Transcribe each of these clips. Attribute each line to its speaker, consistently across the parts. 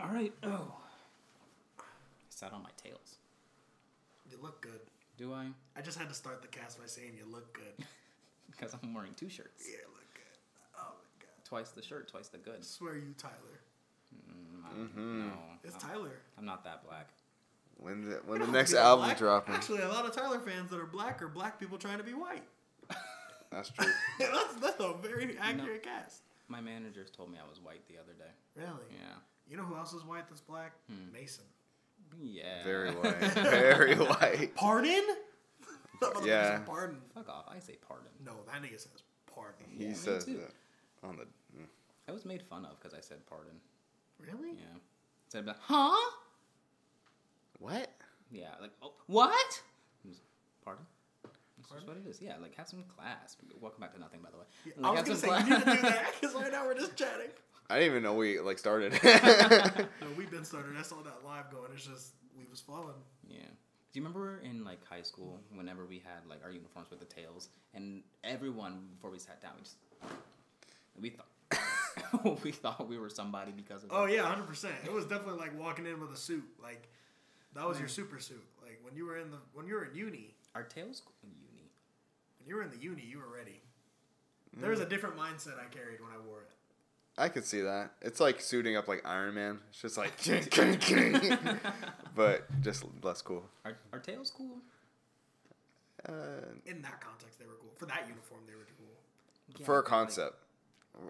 Speaker 1: All right. Oh,
Speaker 2: sat on my tails.
Speaker 3: You look good.
Speaker 2: Do I?
Speaker 3: I just had to start the cast by saying you look good.
Speaker 2: Because I'm wearing two shirts.
Speaker 3: yeah, you look good. Oh my god.
Speaker 2: Twice the shirt, twice the Mm, good.
Speaker 3: I swear you, Tyler.
Speaker 2: No,
Speaker 3: It's
Speaker 2: I'm,
Speaker 3: Tyler.
Speaker 2: I'm not that black.
Speaker 4: When the when the
Speaker 3: Don't
Speaker 4: next
Speaker 3: be a
Speaker 4: album
Speaker 3: black-
Speaker 4: dropping?
Speaker 3: Actually, a lot of Tyler fans that are black are black people trying to be white.
Speaker 4: That's true.
Speaker 3: that's, that's a very accurate cast.
Speaker 2: My managers told me I was white the other day.
Speaker 3: Really?
Speaker 2: Yeah. Hmm.
Speaker 3: You know who else is white that's black? Mason.
Speaker 2: Yeah.
Speaker 4: Very white. Very white.
Speaker 3: Pardon? That motherfucker
Speaker 4: Yeah.
Speaker 3: said Pardon.
Speaker 2: Fuck off. I say pardon.
Speaker 3: No, that nigga says pardon.
Speaker 4: He
Speaker 2: me
Speaker 4: says
Speaker 2: too.
Speaker 4: that on the. mm.
Speaker 2: I was made fun of because I said pardon.
Speaker 3: Really?
Speaker 2: Yeah. Said about, huh?
Speaker 4: What?
Speaker 2: Yeah. Like, oh, what? I'm just, Pardon? This is
Speaker 3: Pardon?
Speaker 2: what it is. Yeah. Like, have some class. Welcome back to nothing, by the way.
Speaker 3: Yeah,
Speaker 2: Like,
Speaker 3: I was
Speaker 2: have
Speaker 3: gonna say
Speaker 2: some
Speaker 3: you need to
Speaker 2: cla-
Speaker 3: do that because right now we're just chatting.
Speaker 4: I didn't even know we like started.
Speaker 3: No, we've been started. I saw that live going. It's just we was falling.
Speaker 2: Yeah. Do you remember in like high school whenever we had like our uniforms with the tails and everyone before we sat down we just we thought we thought we were somebody because of
Speaker 3: Oh
Speaker 2: it.
Speaker 3: yeah, hundred percent. It was definitely like walking in with a suit. Like that was
Speaker 4: Mm.
Speaker 3: your super suit. Like when you were in the when you were in uni,
Speaker 2: our tails in uni.
Speaker 3: when you were in the uni, you were ready. There
Speaker 4: Mm.
Speaker 3: was a different mindset I carried when I wore it.
Speaker 4: I could see that. It's like suiting up like Iron Man. It's just like, but just less cool.
Speaker 2: Are are tails cool?
Speaker 4: Uh,
Speaker 3: In that context, they were cool. For that uniform, they were cool.
Speaker 2: Yeah,
Speaker 4: for a
Speaker 2: but, like-
Speaker 4: concept,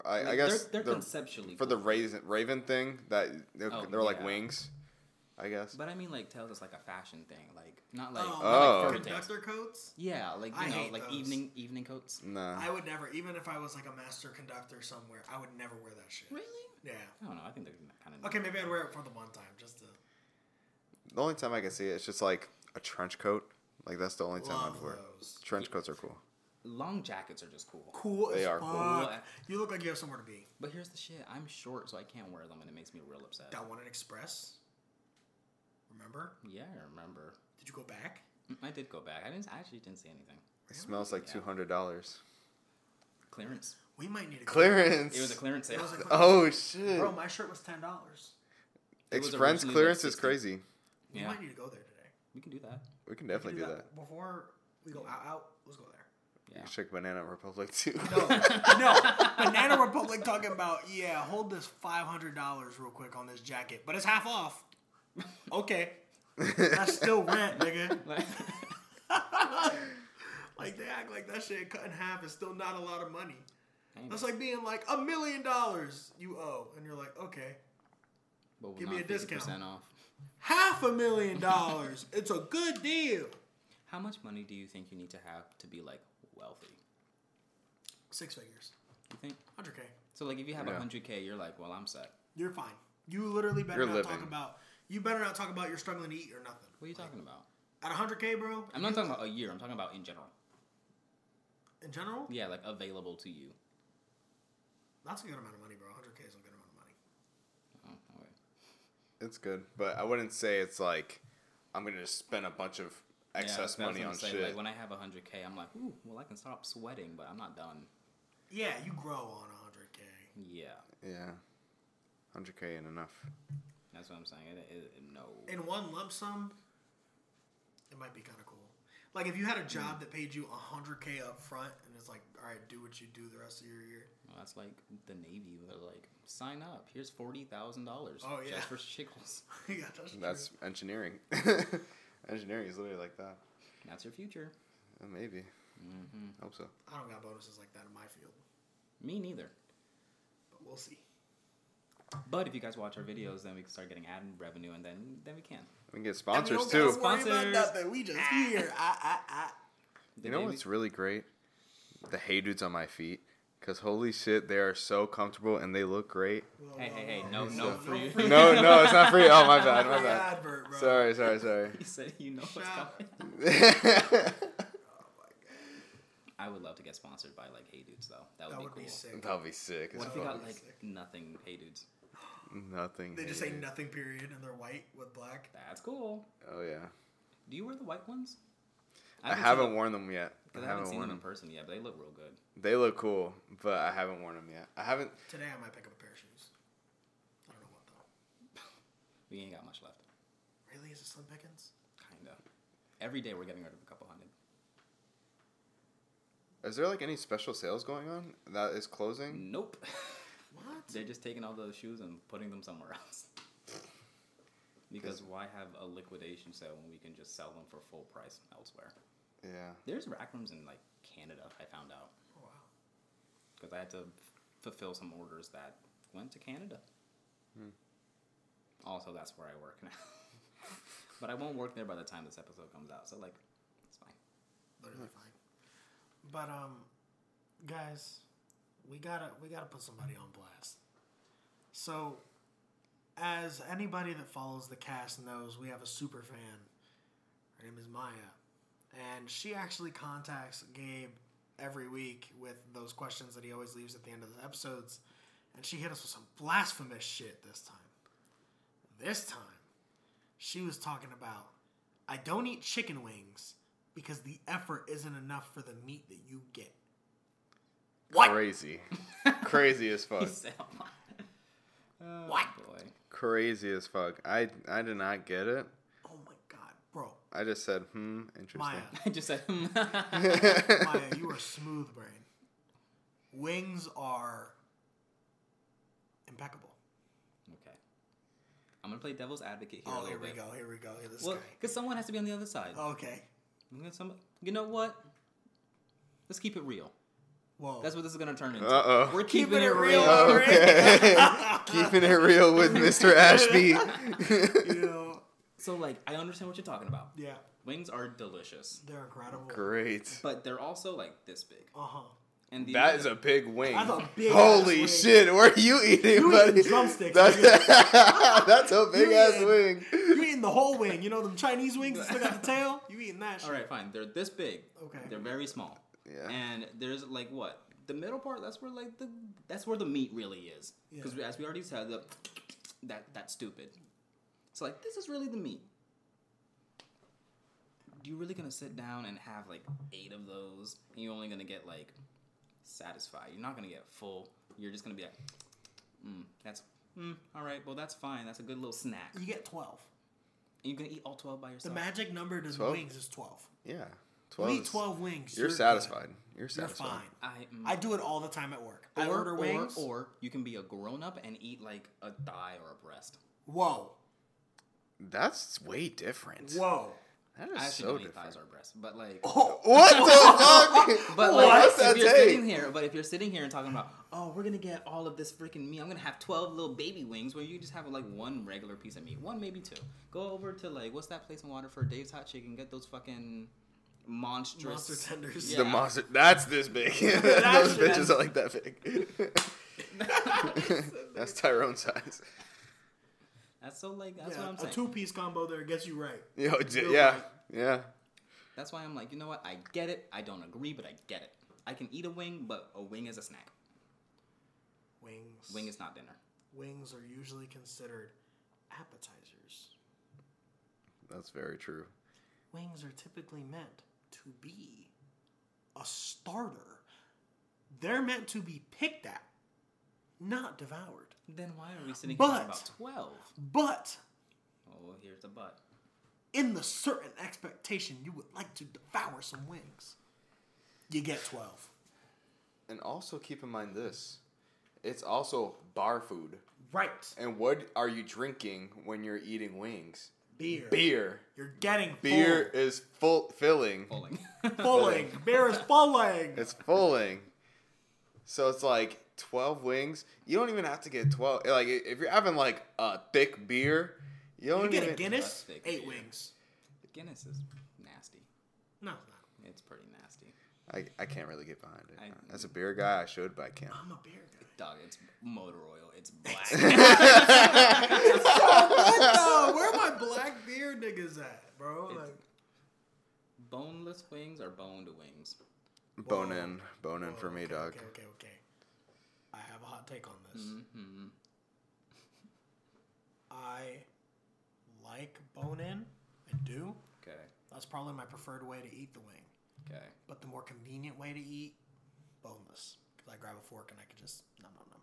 Speaker 4: I, I
Speaker 2: like,
Speaker 4: guess
Speaker 2: they're,
Speaker 4: the-
Speaker 2: they're conceptually
Speaker 4: for the
Speaker 2: cool.
Speaker 4: Raven, Raven thing that they're,
Speaker 2: Oh,
Speaker 4: they're like
Speaker 2: yeah.
Speaker 4: wings, I guess.
Speaker 2: But I mean like tails is like a fashion thing, like not
Speaker 3: Um,
Speaker 2: like, not,
Speaker 4: Oh.
Speaker 2: like fur tails.
Speaker 3: Conductor coats.
Speaker 2: Yeah, like you
Speaker 3: I
Speaker 2: know,
Speaker 3: hate
Speaker 2: like
Speaker 3: those.
Speaker 2: evening evening coats.
Speaker 4: nah,
Speaker 3: I would never, even if I was like a master conductor somewhere, I would never wear that shit.
Speaker 2: Really?
Speaker 3: Yeah.
Speaker 2: I don't know, I think they're kinda neat.
Speaker 3: Okay, maybe I'd wear it for the one time just to
Speaker 4: the only time I can see it, it's just like a trench coat. Like that's the only time
Speaker 3: love
Speaker 4: I'd wear. it.
Speaker 3: those.
Speaker 4: Trench coats are cool.
Speaker 2: Long jackets are just cool.
Speaker 3: Cool.
Speaker 4: They
Speaker 3: as
Speaker 4: are cool.
Speaker 3: fuck.
Speaker 2: Cool.
Speaker 3: You look like you have somewhere to be.
Speaker 2: But here's the shit, I'm short so I can't wear them and it makes me real upset.
Speaker 3: That one in Express. Remember?
Speaker 2: Yeah, I remember.
Speaker 3: Did you go back?
Speaker 2: Mm, I did go back. I didn't. I actually didn't see anything.
Speaker 4: It smells like
Speaker 2: Yeah.
Speaker 4: two hundred dollars.
Speaker 2: Clearance.
Speaker 3: We might need to go back.
Speaker 4: Clearance.
Speaker 2: It was a clearance
Speaker 3: It
Speaker 2: sale.
Speaker 3: was a clearance.
Speaker 4: Oh shit!
Speaker 3: Bro, my shirt was ten dollars.
Speaker 2: It was
Speaker 4: Express
Speaker 2: originally, like,
Speaker 4: clearance is
Speaker 2: 60.
Speaker 4: crazy.
Speaker 3: We
Speaker 2: yeah,
Speaker 3: might need to go there today.
Speaker 2: we can do that.
Speaker 4: We can
Speaker 3: We
Speaker 4: definitely do that.
Speaker 3: before we go out. Out. Let's go there.
Speaker 2: Yeah.
Speaker 4: Check Banana Republic too.
Speaker 3: No, Banana Republic talking about yeah. Hold this five hundred dollars real quick on this jacket, but it's half off. Okay, that's still rent, nigga. Like they act like that shit cut in half is still not a lot of money.
Speaker 2: Ain't
Speaker 3: That's
Speaker 2: it.
Speaker 3: like being like a million dollars you owe, and you're like, okay,
Speaker 2: But we're
Speaker 3: give me
Speaker 2: not
Speaker 3: a discount.
Speaker 2: 50% Off.
Speaker 3: half a million dollars. it's a good deal.
Speaker 2: How much money do you think you need to have to be like wealthy?
Speaker 3: Six figures,
Speaker 2: You think?
Speaker 3: hundred k.
Speaker 2: So like, if you have a
Speaker 4: Yeah.
Speaker 2: 100k, you're like, well, I'm set.
Speaker 3: You're fine. You literally better
Speaker 4: You're
Speaker 3: not talk
Speaker 4: living.
Speaker 3: about. You better not talk about you're struggling to eat or nothing.
Speaker 2: What are you talking about?
Speaker 3: At 100k, bro.
Speaker 2: I'm not talking about a year. I'm talking about in general.
Speaker 3: in general.
Speaker 2: Yeah, like available to you.
Speaker 3: That's a good amount of money, bro. 100k is a good amount of money.
Speaker 2: Oh, okay.
Speaker 4: It's good, but I wouldn't say it's like I'm gonna just spend a bunch of
Speaker 2: Yeah,
Speaker 4: excess
Speaker 2: that's what I was
Speaker 4: money
Speaker 2: gonna
Speaker 4: on
Speaker 2: say,
Speaker 4: shit.
Speaker 2: Like when I have 100k, I'm like, ooh, well, I can stop sweating, but I'm not done.
Speaker 3: Yeah, you grow on 100k.
Speaker 2: Yeah,
Speaker 4: yeah, hundred k and enough.
Speaker 2: that's what I'm saying. It, it, it- no.
Speaker 3: In one lump sum, it might be kind of cool. Like if you had a job
Speaker 4: Hmm.
Speaker 3: that paid you 100k up front and it's like, all right, do what you do the rest of your year.
Speaker 2: Well, that's like the Navy. They're like, sign up. Here's forty thousand dollars.
Speaker 3: Oh, yeah.
Speaker 2: just for shickles.
Speaker 3: yeah, that's, true.
Speaker 4: That's engineering. engineering is literally like that.
Speaker 2: That's your future.
Speaker 4: Uh, Maybe.
Speaker 2: Mm-hmm.
Speaker 4: Hope so.
Speaker 3: I don't got bonuses like that in my field,
Speaker 2: Me neither.
Speaker 3: but we'll see.
Speaker 2: But if you guys watch our videos, then we can start getting ad revenue, and then then we can.
Speaker 4: We can get
Speaker 3: And
Speaker 4: sponsors
Speaker 3: we
Speaker 4: too.
Speaker 3: don't gotta Worry about
Speaker 2: Sponsors. Ah.
Speaker 3: nothing. We just here. I, I, I.
Speaker 2: The
Speaker 4: You know
Speaker 2: Navy-
Speaker 4: what's really great? The hey dudes on my feet. Cause holy shit, they are so comfortable and they look great.
Speaker 3: Whoa,
Speaker 2: Hey,
Speaker 3: whoa,
Speaker 2: hey, hey!
Speaker 3: whoa.
Speaker 2: No, no
Speaker 3: Don't
Speaker 2: free.
Speaker 3: free-
Speaker 4: No, no, it's not free. Oh my bad, my
Speaker 3: Free
Speaker 4: bad.
Speaker 3: advert, bro.
Speaker 4: Sorry, sorry, sorry.
Speaker 2: he said, "You know what's
Speaker 3: Shout-
Speaker 2: coming."
Speaker 4: that
Speaker 2: I would love to get sponsored by like Hey Dudes, though. That would
Speaker 3: That
Speaker 2: be
Speaker 3: would
Speaker 2: cool.
Speaker 3: be sick.
Speaker 4: would be sick. as
Speaker 2: What if we
Speaker 4: fuck.
Speaker 2: got
Speaker 3: be
Speaker 2: like
Speaker 3: sick.
Speaker 2: nothing Hey Dudes?
Speaker 4: Nothing.
Speaker 3: They just say
Speaker 4: hated.
Speaker 3: nothing, period, and they're white with black.
Speaker 2: That's cool.
Speaker 4: Oh yeah.
Speaker 2: Do you wear the white ones?
Speaker 4: I
Speaker 2: seen
Speaker 4: haven't
Speaker 2: them-
Speaker 4: worn them yet.
Speaker 2: 'cause
Speaker 4: I
Speaker 2: I haven't
Speaker 4: haven't
Speaker 2: seen
Speaker 4: worn
Speaker 2: them
Speaker 4: them.
Speaker 2: in person yet, but they look real good.
Speaker 4: They look cool, but I haven't worn them yet. I haven't.
Speaker 3: Today I might pick up a pair of shoes. I don't know what though.
Speaker 2: We ain't got much left.
Speaker 3: Really, is it Slim Pickens?
Speaker 2: Kinda. Every day we're getting rid of a couple hundred.
Speaker 4: Is there like any special sales going on that is closing?
Speaker 2: Nope.
Speaker 3: What?
Speaker 2: They're just taking all those shoes and putting them somewhere else. Because why have a liquidation sale when we can just sell them for full price elsewhere?
Speaker 4: Yeah.
Speaker 2: There's rack rooms in like Canada. I found out
Speaker 3: Oh, wow.
Speaker 2: because I had to fulfill some orders that went to Canada.
Speaker 3: Hmm.
Speaker 2: Also, that's where I work now. but I won't work there by the time this episode comes out. So like, it's fine.
Speaker 3: Literally fine. But um, guys, we gotta we gotta put somebody on blast. So, as anybody that follows the cast knows, we have a super fan. Her name is Maya, and she actually contacts Gabe every week with those questions that he always leaves at the end of the episodes. And she hit us with some blasphemous shit this time. This time, she was talking about I don't eat chicken wings because the effort isn't enough for the meat that you get. What?
Speaker 4: Crazy. Crazy as fuck.
Speaker 2: oh,
Speaker 3: What?
Speaker 2: Boy.
Speaker 4: Crazy as fuck. I I did not get it.
Speaker 3: Oh my god, bro.
Speaker 4: I just said, hmm, interesting.
Speaker 3: Maya,
Speaker 2: I just said.
Speaker 3: Maya, you are smooth brain. Wings are impeccable.
Speaker 2: Okay. I'm gonna play devil's advocate here. a
Speaker 3: Oh,
Speaker 2: little
Speaker 3: here we
Speaker 2: bit.
Speaker 3: go. Here we go. Here this
Speaker 2: Well,
Speaker 3: guy.
Speaker 2: because someone has to be on the other side.
Speaker 3: Okay.
Speaker 2: I'm gonna- some- you know what? Let's keep it real.
Speaker 3: Whoa.
Speaker 2: That's what this is gonna turn into.
Speaker 4: Uh-oh.
Speaker 2: We're keeping, it, real.
Speaker 3: Oh,
Speaker 2: real.
Speaker 4: Okay. Keeping it real with Mr. Ashby.
Speaker 3: you know,
Speaker 2: So like, I understand what you're talking about.
Speaker 3: yeah,
Speaker 2: Wings are delicious,
Speaker 3: they're incredible.
Speaker 4: Great.
Speaker 2: but they're also like this big.
Speaker 3: Uh huh.
Speaker 2: And the
Speaker 4: That is a big wing.
Speaker 3: That's a big
Speaker 4: Holy
Speaker 3: ass wing.
Speaker 4: shit, where are you eating,
Speaker 3: You
Speaker 4: buddy?
Speaker 3: eating drumsticks,
Speaker 4: That's, that's a big ass
Speaker 3: eating-
Speaker 4: wing.
Speaker 3: You eating the whole wing? You know them Chinese wings that still got the tail? You eating that? Shit.
Speaker 2: All right, fine. They're this big.
Speaker 3: Okay.
Speaker 2: They're very small.
Speaker 4: Yeah.
Speaker 2: And there's like what the middle part. That's where like the that's where the meat really is. Because
Speaker 3: Yeah.
Speaker 2: as we already said, the, that that's stupid. So like this is really the meat. You really gonna sit down and have like eight of those, and you're only gonna get like satisfied. You're not gonna get full. You're just gonna be like, mm, that's mm, all right. Well, that's fine. That's a good little snack. And
Speaker 3: You get twelve.
Speaker 2: you're gonna eat all twelve by
Speaker 3: The
Speaker 2: yourself.
Speaker 3: magic number to
Speaker 4: Twelve?
Speaker 3: wings is twelve.
Speaker 4: Yeah. 12.
Speaker 3: You eat
Speaker 4: is-
Speaker 3: twelve wings.
Speaker 4: You're
Speaker 3: good.
Speaker 4: satisfied. You're
Speaker 3: You're
Speaker 4: satisfied.
Speaker 3: fine.
Speaker 2: I, mm,
Speaker 3: I do it all the time at work. I
Speaker 2: or,
Speaker 3: order wings.
Speaker 2: Or, or you can be a grown up and eat like a thigh or a breast.
Speaker 3: Whoa,
Speaker 4: That's way different.
Speaker 3: whoa.
Speaker 4: That is
Speaker 2: I actually
Speaker 4: so
Speaker 2: don't eat
Speaker 4: different.
Speaker 2: thighs or breasts, but like,
Speaker 3: Oh,
Speaker 4: What the fuck?
Speaker 2: but
Speaker 4: Well,
Speaker 2: like,
Speaker 4: that's
Speaker 2: if
Speaker 4: that
Speaker 2: you're
Speaker 4: take.
Speaker 2: sitting here, but if you're sitting here and talking about, oh, we're gonna get all of this freaking meat, I'm gonna have twelve little baby wings, where you just have like one regular piece of meat, one maybe two. Go over to like what's that place in Waterford, Dave's Hot Chicken, get those fucking monstrous
Speaker 3: Monster tenders.
Speaker 4: The
Speaker 2: Yeah.
Speaker 4: monster. That's this big. Those
Speaker 3: actually-
Speaker 4: bitches are like that big. that's Tyrone's size.
Speaker 2: That's so like that's
Speaker 3: Yeah,
Speaker 2: what I'm
Speaker 3: a
Speaker 2: saying.
Speaker 3: two-piece combo there gets you right.
Speaker 4: Yo, j-
Speaker 3: You're
Speaker 4: yeah,
Speaker 3: right.
Speaker 4: yeah.
Speaker 2: That's why I'm like, you know what? I get it. I don't agree, but I get it. I can eat a wing, but a wing is a snack.
Speaker 3: Wings.
Speaker 2: Wing is not dinner.
Speaker 3: wings are usually considered appetizers.
Speaker 4: That's very true.
Speaker 3: Wings are typically meant to be a starter. They're meant to be picked at, not devoured.
Speaker 2: Then why are we sitting here
Speaker 3: But-
Speaker 2: talking about twelve?
Speaker 3: But
Speaker 2: Oh, here's the butt.
Speaker 3: in the certain expectation you would like to devour some wings, you get 12.
Speaker 4: And also keep in mind this: it's also bar food.
Speaker 3: Right.
Speaker 4: And what are you drinking when you're eating wings?
Speaker 3: Beer.
Speaker 4: Beer.
Speaker 3: You're getting
Speaker 4: Beer is full filling.
Speaker 2: Bowling.
Speaker 3: full. Fulling. Beer is fulling.
Speaker 4: It's fulling. So it's like twelve wings. You don't even have to get twelve. Like if you're having like a thick beer, you don't
Speaker 3: You get
Speaker 4: even
Speaker 3: a Guinness,
Speaker 2: Plastic
Speaker 3: eight
Speaker 2: beer.
Speaker 3: wings.
Speaker 2: Guinness is nasty.
Speaker 3: No, it's not.
Speaker 2: It's pretty nasty.
Speaker 4: I, I can't really get behind it.
Speaker 2: I-
Speaker 4: As a beer guy, I should, but I can't.
Speaker 3: I'm a beer guy.
Speaker 2: Dog, it's motor oil. It's black.
Speaker 3: No, where my black beer niggas at, bro? Like,
Speaker 2: Boneless wings are boned wings.
Speaker 4: Bone in, bone in for
Speaker 3: oh,
Speaker 4: me,
Speaker 3: okay,
Speaker 4: dog. Mm-hmm.
Speaker 3: Okay, okay, okay. I have a hot take on this.
Speaker 2: hmm
Speaker 3: I like bone in. I do.
Speaker 2: Okay.
Speaker 3: That's probably my preferred way to eat the wing.
Speaker 2: Okay.
Speaker 3: But the more convenient way to eat, boneless. Because I grab a fork and I could just nom nom nom.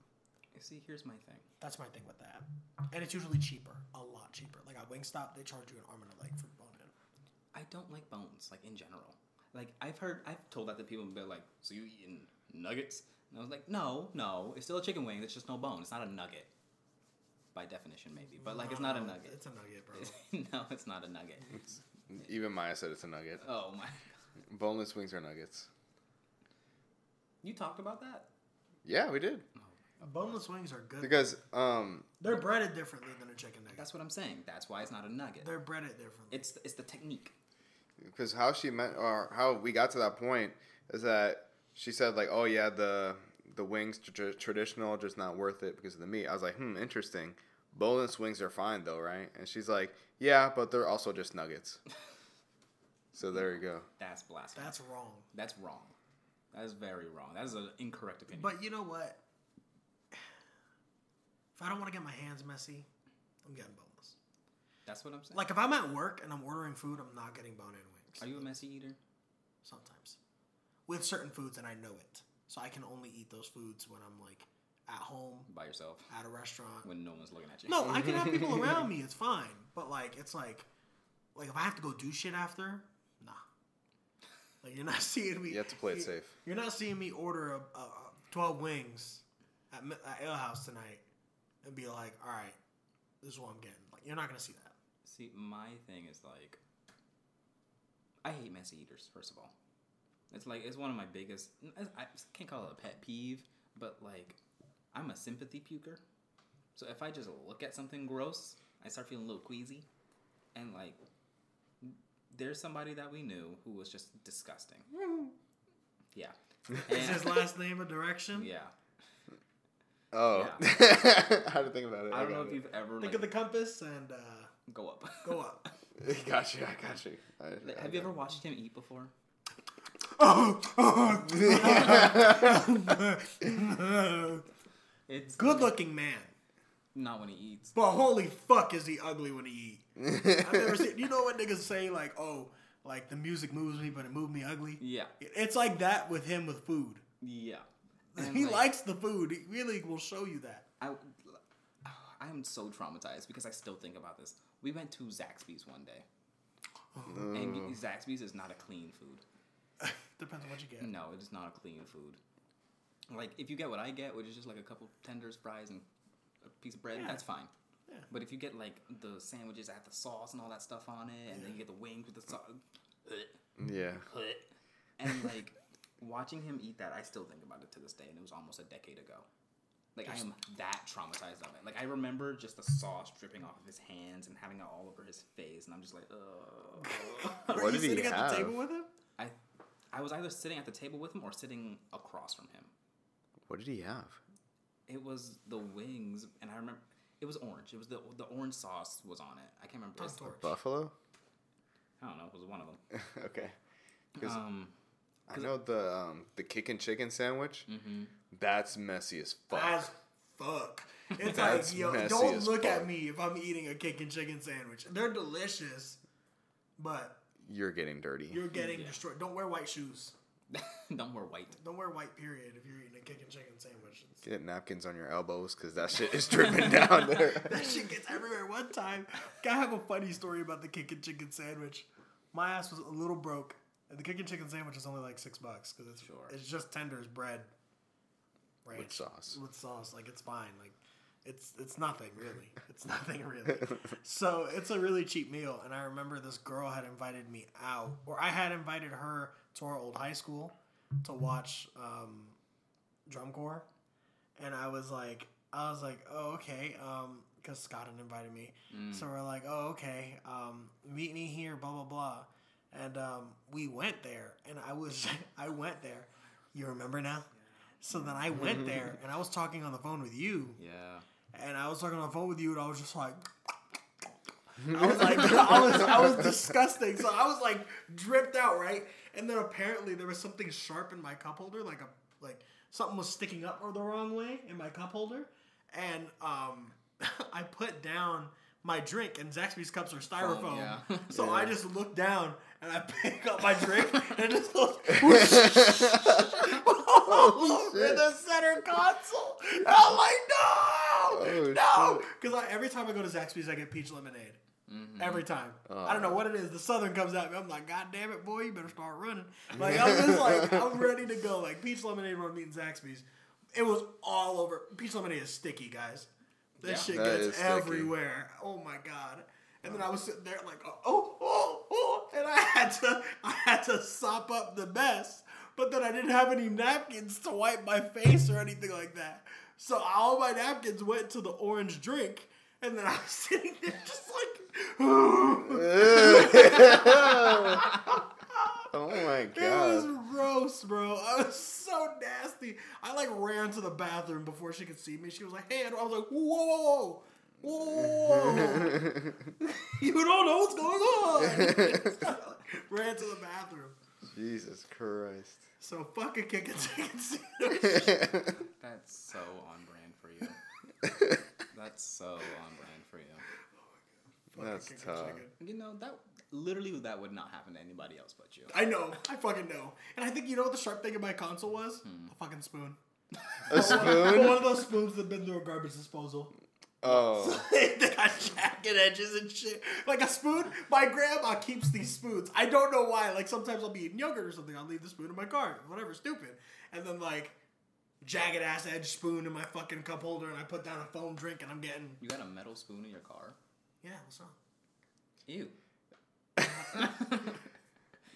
Speaker 2: See, here's my thing.
Speaker 3: That's my thing with that. And it's usually cheaper, a lot cheaper. Like at Wingstop, they charge you an arm and a leg for bone in.
Speaker 2: I don't like bones, like in general. Like I've heard, I've told that to people, and they're like, "So you eating nuggets?" And I was like, "No, no, it's still a chicken wing. It's just no bone. It's not a nugget, by definition, maybe. But like, it's not a
Speaker 3: No,
Speaker 2: nugget.
Speaker 3: Oh, It's a nugget, bro.
Speaker 2: no, it's not a nugget.
Speaker 4: Even Maya said it's a nugget.
Speaker 2: Oh my!
Speaker 4: Boneless wings are nuggets.
Speaker 2: You talked about that?
Speaker 4: Yeah, we did
Speaker 3: Boneless wings are good.
Speaker 4: because um
Speaker 3: They're breaded differently than a chicken nugget.
Speaker 2: That's what I'm saying. That's why it's not a nugget.
Speaker 3: They're breaded differently.
Speaker 2: It's it's the technique.
Speaker 4: because how she meant or how we got to that point is that she said like oh yeah the the wings tr- tr- traditional just not worth it because of the meat i was like hmm interesting boneless wings are fine though right and she's like yeah but they're also just nuggets so there you go
Speaker 2: That's blasphemy.
Speaker 3: That's wrong.
Speaker 2: That's wrong. That is very wrong. That is an incorrect opinion.
Speaker 3: But you know what? If I don't want to get my hands messy, I'm getting boneless.
Speaker 2: That's what I'm saying.
Speaker 3: Like if I'm at work and I'm ordering food, I'm not getting bone in
Speaker 2: Are
Speaker 3: wings.
Speaker 2: you a messy eater?
Speaker 3: Sometimes. With certain foods and I know it. So I can only eat those foods when I'm like at home,
Speaker 2: By yourself
Speaker 3: at a restaurant.
Speaker 2: when no one's looking at you.
Speaker 3: No, I can have people around me, it's fine. But like it's like like if I have to go do shit after, nah. Like you're not seeing me
Speaker 4: you have to play it
Speaker 3: you-
Speaker 4: safe
Speaker 3: You're not seeing me order a, a, a twelve wings at, Mi- at Ale House tonight and be like, all right, this is what I'm getting. Like you're not gonna see that.
Speaker 2: See, my thing is like, I hate messy eaters. First of all, it's like it's one of my biggest. I I can't call it a pet peeve, but like, I'm a sympathy puker. So if I just look at something gross, I start feeling a little queasy, and like, there's somebody that we knew who was just disgusting. Yeah.
Speaker 3: Is his last name a direction?
Speaker 2: yeah.
Speaker 4: oh i had to think about it
Speaker 2: I don't know if
Speaker 4: got it.
Speaker 2: you've ever
Speaker 3: Think
Speaker 2: like,
Speaker 3: of the compass and uh,
Speaker 2: go up.
Speaker 3: go up.
Speaker 4: got you i got you I- I
Speaker 2: Have you
Speaker 4: got
Speaker 2: ever watched him eat before? It's
Speaker 3: Good looking man,
Speaker 2: Not when he eats.
Speaker 3: but holy fuck is he ugly when he eat. I've never seen. You know what niggas say like, oh, like the music moves me, but it moved me ugly.
Speaker 2: Yeah.
Speaker 3: It's like that with him with food.
Speaker 2: Yeah.
Speaker 3: he
Speaker 2: like-
Speaker 3: likes the food. He really will show you that.
Speaker 2: I, I am so traumatized because I still think about this. We went to Zaxby's one day,
Speaker 3: Mm.
Speaker 2: and Zaxby's is not a clean food.
Speaker 3: Depends on what you get.
Speaker 2: No, it is not a clean food. Like if you get what I get, which is just like a couple tenders, fries, and a piece of bread,
Speaker 3: Yeah.
Speaker 2: that's fine.
Speaker 3: Yeah.
Speaker 2: But if you get like the sandwiches that have the sauce and all that stuff on it, and then you get the wings with the sauce,
Speaker 4: it. yeah
Speaker 2: and like watching him eat that, I still think about it to this day, and it was almost a decade ago. Like I am that traumatized of it. Like I remember just the sauce dripping off of his hands and having it all over his face, and I'm just like, ugh.
Speaker 3: Were
Speaker 4: What
Speaker 3: you
Speaker 4: did he
Speaker 3: sitting at
Speaker 4: have?
Speaker 3: the table with him?
Speaker 2: I, I was either sitting at the table with him or sitting across from him.
Speaker 4: what did he have
Speaker 2: It was the wings, and I remember it was orange. It was the the orange sauce was on it. I can't remember. It was-
Speaker 3: Torch.
Speaker 4: buffalo
Speaker 2: I don't know. It was one of them.
Speaker 4: okay 'Cause-
Speaker 2: Um,
Speaker 4: I know the um, the chicken chicken sandwich.
Speaker 2: Mm-hmm.
Speaker 4: That's messy as fuck.
Speaker 3: As fuck. It's
Speaker 4: That's
Speaker 3: like, yo,
Speaker 4: messy
Speaker 3: don't
Speaker 4: as
Speaker 3: look at
Speaker 4: fuck.
Speaker 3: me if I'm eating a cake and chicken sandwich. They're delicious, but
Speaker 4: You're getting dirty.
Speaker 3: you're getting
Speaker 2: Yeah.
Speaker 3: destroyed. Don't wear white shoes.
Speaker 2: don't wear white.
Speaker 3: Don't wear white, period, if you're eating a cake and chicken sandwich. It's-
Speaker 4: Get napkins on your elbows because that shit is dripping down there.
Speaker 3: That shit gets everywhere. One time, I have a funny story about the cake and chicken sandwich. My ass was a little broke, and the cake and chicken sandwich is only like six bucks because it's,
Speaker 2: Sure.
Speaker 3: it's just tenders, bread, ranch.
Speaker 4: With sauce.
Speaker 3: with sauce. Like it's fine. Like it's it's nothing really. It's nothing really. so it's a really cheap meal. And I remember this girl had invited me out, or I had invited her to our old high school to watch um, drum corps, and I was like, I was like, oh okay, um, because Scott had invited me. So we're like, oh okay, um, meet me here, blah blah blah. And um, we went there, and I was, I went there. You remember now? So then I went there and I was talking on the phone with you,
Speaker 2: Yeah.
Speaker 3: and I was talking on the phone with you, and I was just like, I was like, I was, I was disgusting. So I was like dripped out, right? And then apparently there was something sharp in my cup holder, like a like something was sticking up or the wrong way in my cup holder, and um, I put down my drink, and Zaxby's cups are styrofoam,
Speaker 2: Foam, Oh, yeah.
Speaker 3: so I just look down and I pick up my drink and it just goes. all over
Speaker 4: shit.
Speaker 3: the center console. I'm like, no,
Speaker 4: Oh,
Speaker 3: no,
Speaker 4: shit. Mm-hmm.
Speaker 3: because every time I go to Zaxby's, I get peach lemonade. Every time, I don't know
Speaker 4: Oh.
Speaker 3: what it is. The Southern comes at me. I'm like, God damn it, boy, you better start running. Like I'm just like, I'm ready to go. Like peach lemonade run meeting Zaxby's. It was all over. Peach lemonade is sticky, guys. That
Speaker 2: Yeah.
Speaker 3: shit
Speaker 4: That is
Speaker 3: gets
Speaker 4: sticky.
Speaker 3: everywhere. Oh my god. And then I was sitting there like, oh, oh, oh, and I had to, I had to sop up the mess. But then I didn't have any napkins to wipe my face or anything like that. So all my napkins went to the orange drink, and then I was sitting there just like,
Speaker 4: Oh my
Speaker 3: it was
Speaker 4: god.
Speaker 3: gross, bro. I was so nasty. I like ran to the bathroom before she could see me. She was like, hey, and I was like, whoa, whoa, whoa. You don't know what's going on. Ran to the bathroom.
Speaker 4: Jesus Christ.
Speaker 3: So fucking kick and take it.
Speaker 2: That's so on brand for you. That's so on brand for you.
Speaker 4: That's tough.
Speaker 2: You know that literally that would not happen to anybody else but you.
Speaker 3: I know. I fucking know. And I think you know what the sharp thing in my console was? A fucking spoon.
Speaker 4: Hmm. A
Speaker 3: One
Speaker 4: spoon?
Speaker 3: of those spoons that's been through a garbage disposal.
Speaker 4: Oh.
Speaker 3: they got jagged edges and shit. Like a spoon, my grandma keeps these spoons. I don't know why. Like sometimes I'll be eating yogurt or something. I'll leave the spoon in my car. Whatever, stupid. And then like jagged ass edge spoon in my fucking cup holder, and I put down a foam drink, and I'm getting
Speaker 2: You got a metal spoon in your car.
Speaker 3: yeah. What's wrong?
Speaker 2: Ew.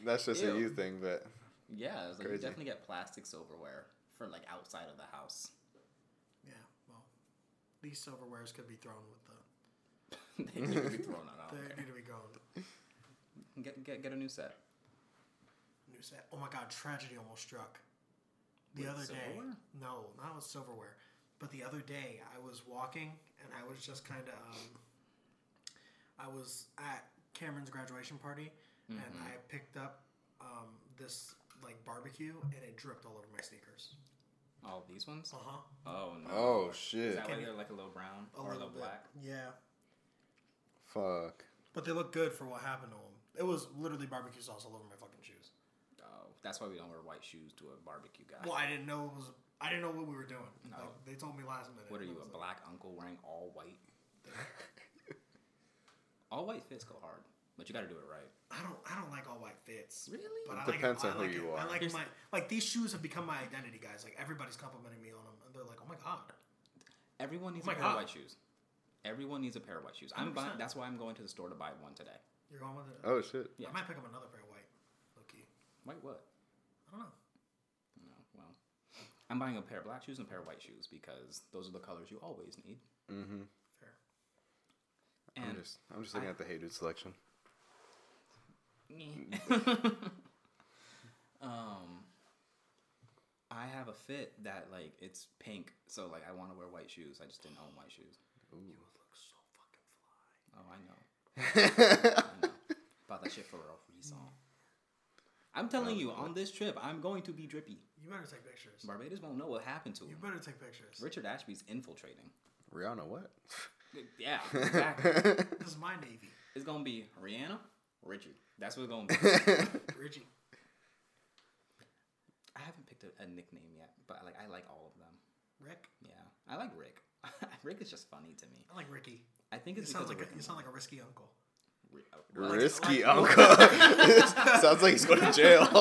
Speaker 4: That's just a
Speaker 2: Ew.
Speaker 4: you thing, but
Speaker 2: Yeah, it's like you
Speaker 4: Crazy.
Speaker 2: definitely get plastic silverware for like outside of the house.
Speaker 3: Yeah. Well, these silverwares could be thrown with the.
Speaker 2: they need to be thrown out.
Speaker 3: They need to be gone.
Speaker 2: Get, get get a new set.
Speaker 3: New set. Oh my god! Tragedy almost struck. The
Speaker 2: With
Speaker 3: other day.
Speaker 2: silverware?
Speaker 3: No, not with silverware. But the other day, I was walking and I was just kind of. Um, I was at Cameron's graduation party and
Speaker 2: Mm-hmm.
Speaker 3: I picked up um, this like barbecue and it dripped all over my sneakers.
Speaker 2: All these ones.
Speaker 3: Uh huh.
Speaker 2: Oh no.
Speaker 4: oh
Speaker 2: Is
Speaker 4: shit.
Speaker 2: that why they're like a little brown or a little black?
Speaker 3: Yeah.
Speaker 4: Fuck.
Speaker 3: But they look good for what happened to them. It was literally barbecue sauce all over my fucking shoes.
Speaker 2: Oh, that's why we don't wear white shoes to a barbecue guy.
Speaker 3: Well, I didn't know it was. I didn't know what we were doing.
Speaker 2: No.
Speaker 3: Like, they told me last minute.
Speaker 2: What are
Speaker 3: I
Speaker 2: you,
Speaker 3: was
Speaker 2: a
Speaker 3: like,
Speaker 2: black uncle wearing all white? all white fits go hard, but you got to do it right.
Speaker 3: I don't. I don't like all white fits.
Speaker 2: Really?
Speaker 3: But I
Speaker 4: Depends
Speaker 3: like,
Speaker 4: on
Speaker 3: I
Speaker 4: who
Speaker 3: like
Speaker 4: you
Speaker 3: it. I
Speaker 4: are.
Speaker 3: like my like these shoes have become my identity, guys. Like everybody's complimenting me on them, and they're like, "Oh my god,
Speaker 2: Everyone needs
Speaker 3: Oh
Speaker 2: a
Speaker 3: my
Speaker 2: pair
Speaker 3: God.
Speaker 2: of white shoes. Everyone needs a pair of white shoes. I'm buying.
Speaker 3: 100%.
Speaker 2: That's why I'm going to the store to buy one today.
Speaker 3: you're going with it."
Speaker 4: Oh shit.
Speaker 2: yeah.
Speaker 3: I might pick up another pair of white. Loki.
Speaker 2: White what?
Speaker 3: I don't know.
Speaker 2: No, well, I'm buying a pair of black shoes and a pair of white shoes because those are the colors you always need.
Speaker 3: Fair.
Speaker 4: I'm
Speaker 2: And
Speaker 4: just I'm just looking at the hey dude selection.
Speaker 2: um, I have a fit that like it's pink, so like I want to wear white shoes. I just didn't own white shoes.
Speaker 3: Looks so fucking fly.
Speaker 2: Oh, I know. I know. About that shit for real, for song. Mm. I'm telling you, on this trip, I'm going to be drippy.
Speaker 3: You better take pictures.
Speaker 2: Barbados won't know what happened to
Speaker 3: You
Speaker 2: him.
Speaker 3: better take pictures.
Speaker 2: Richard Ashby's infiltrating.
Speaker 4: Rihanna what?
Speaker 2: Yeah, exactly.
Speaker 3: This is my navy,
Speaker 2: it's gonna be Rihanna, Richard. That's what it's gonna be.
Speaker 3: Richie.
Speaker 2: I haven't picked a, a nickname yet, but like I like all of them.
Speaker 3: Rick.
Speaker 2: Yeah, I like Rick. Rick is just funny to me.
Speaker 3: I like Ricky.
Speaker 2: I think
Speaker 3: You
Speaker 2: it's
Speaker 3: sound
Speaker 2: because of
Speaker 3: like a,
Speaker 2: Rick
Speaker 3: you
Speaker 2: and
Speaker 3: sound like a risky uncle.
Speaker 2: Morty. Ri- uh, Rick.
Speaker 4: Risky
Speaker 3: like-
Speaker 4: uncle. Sounds like he's going to jail.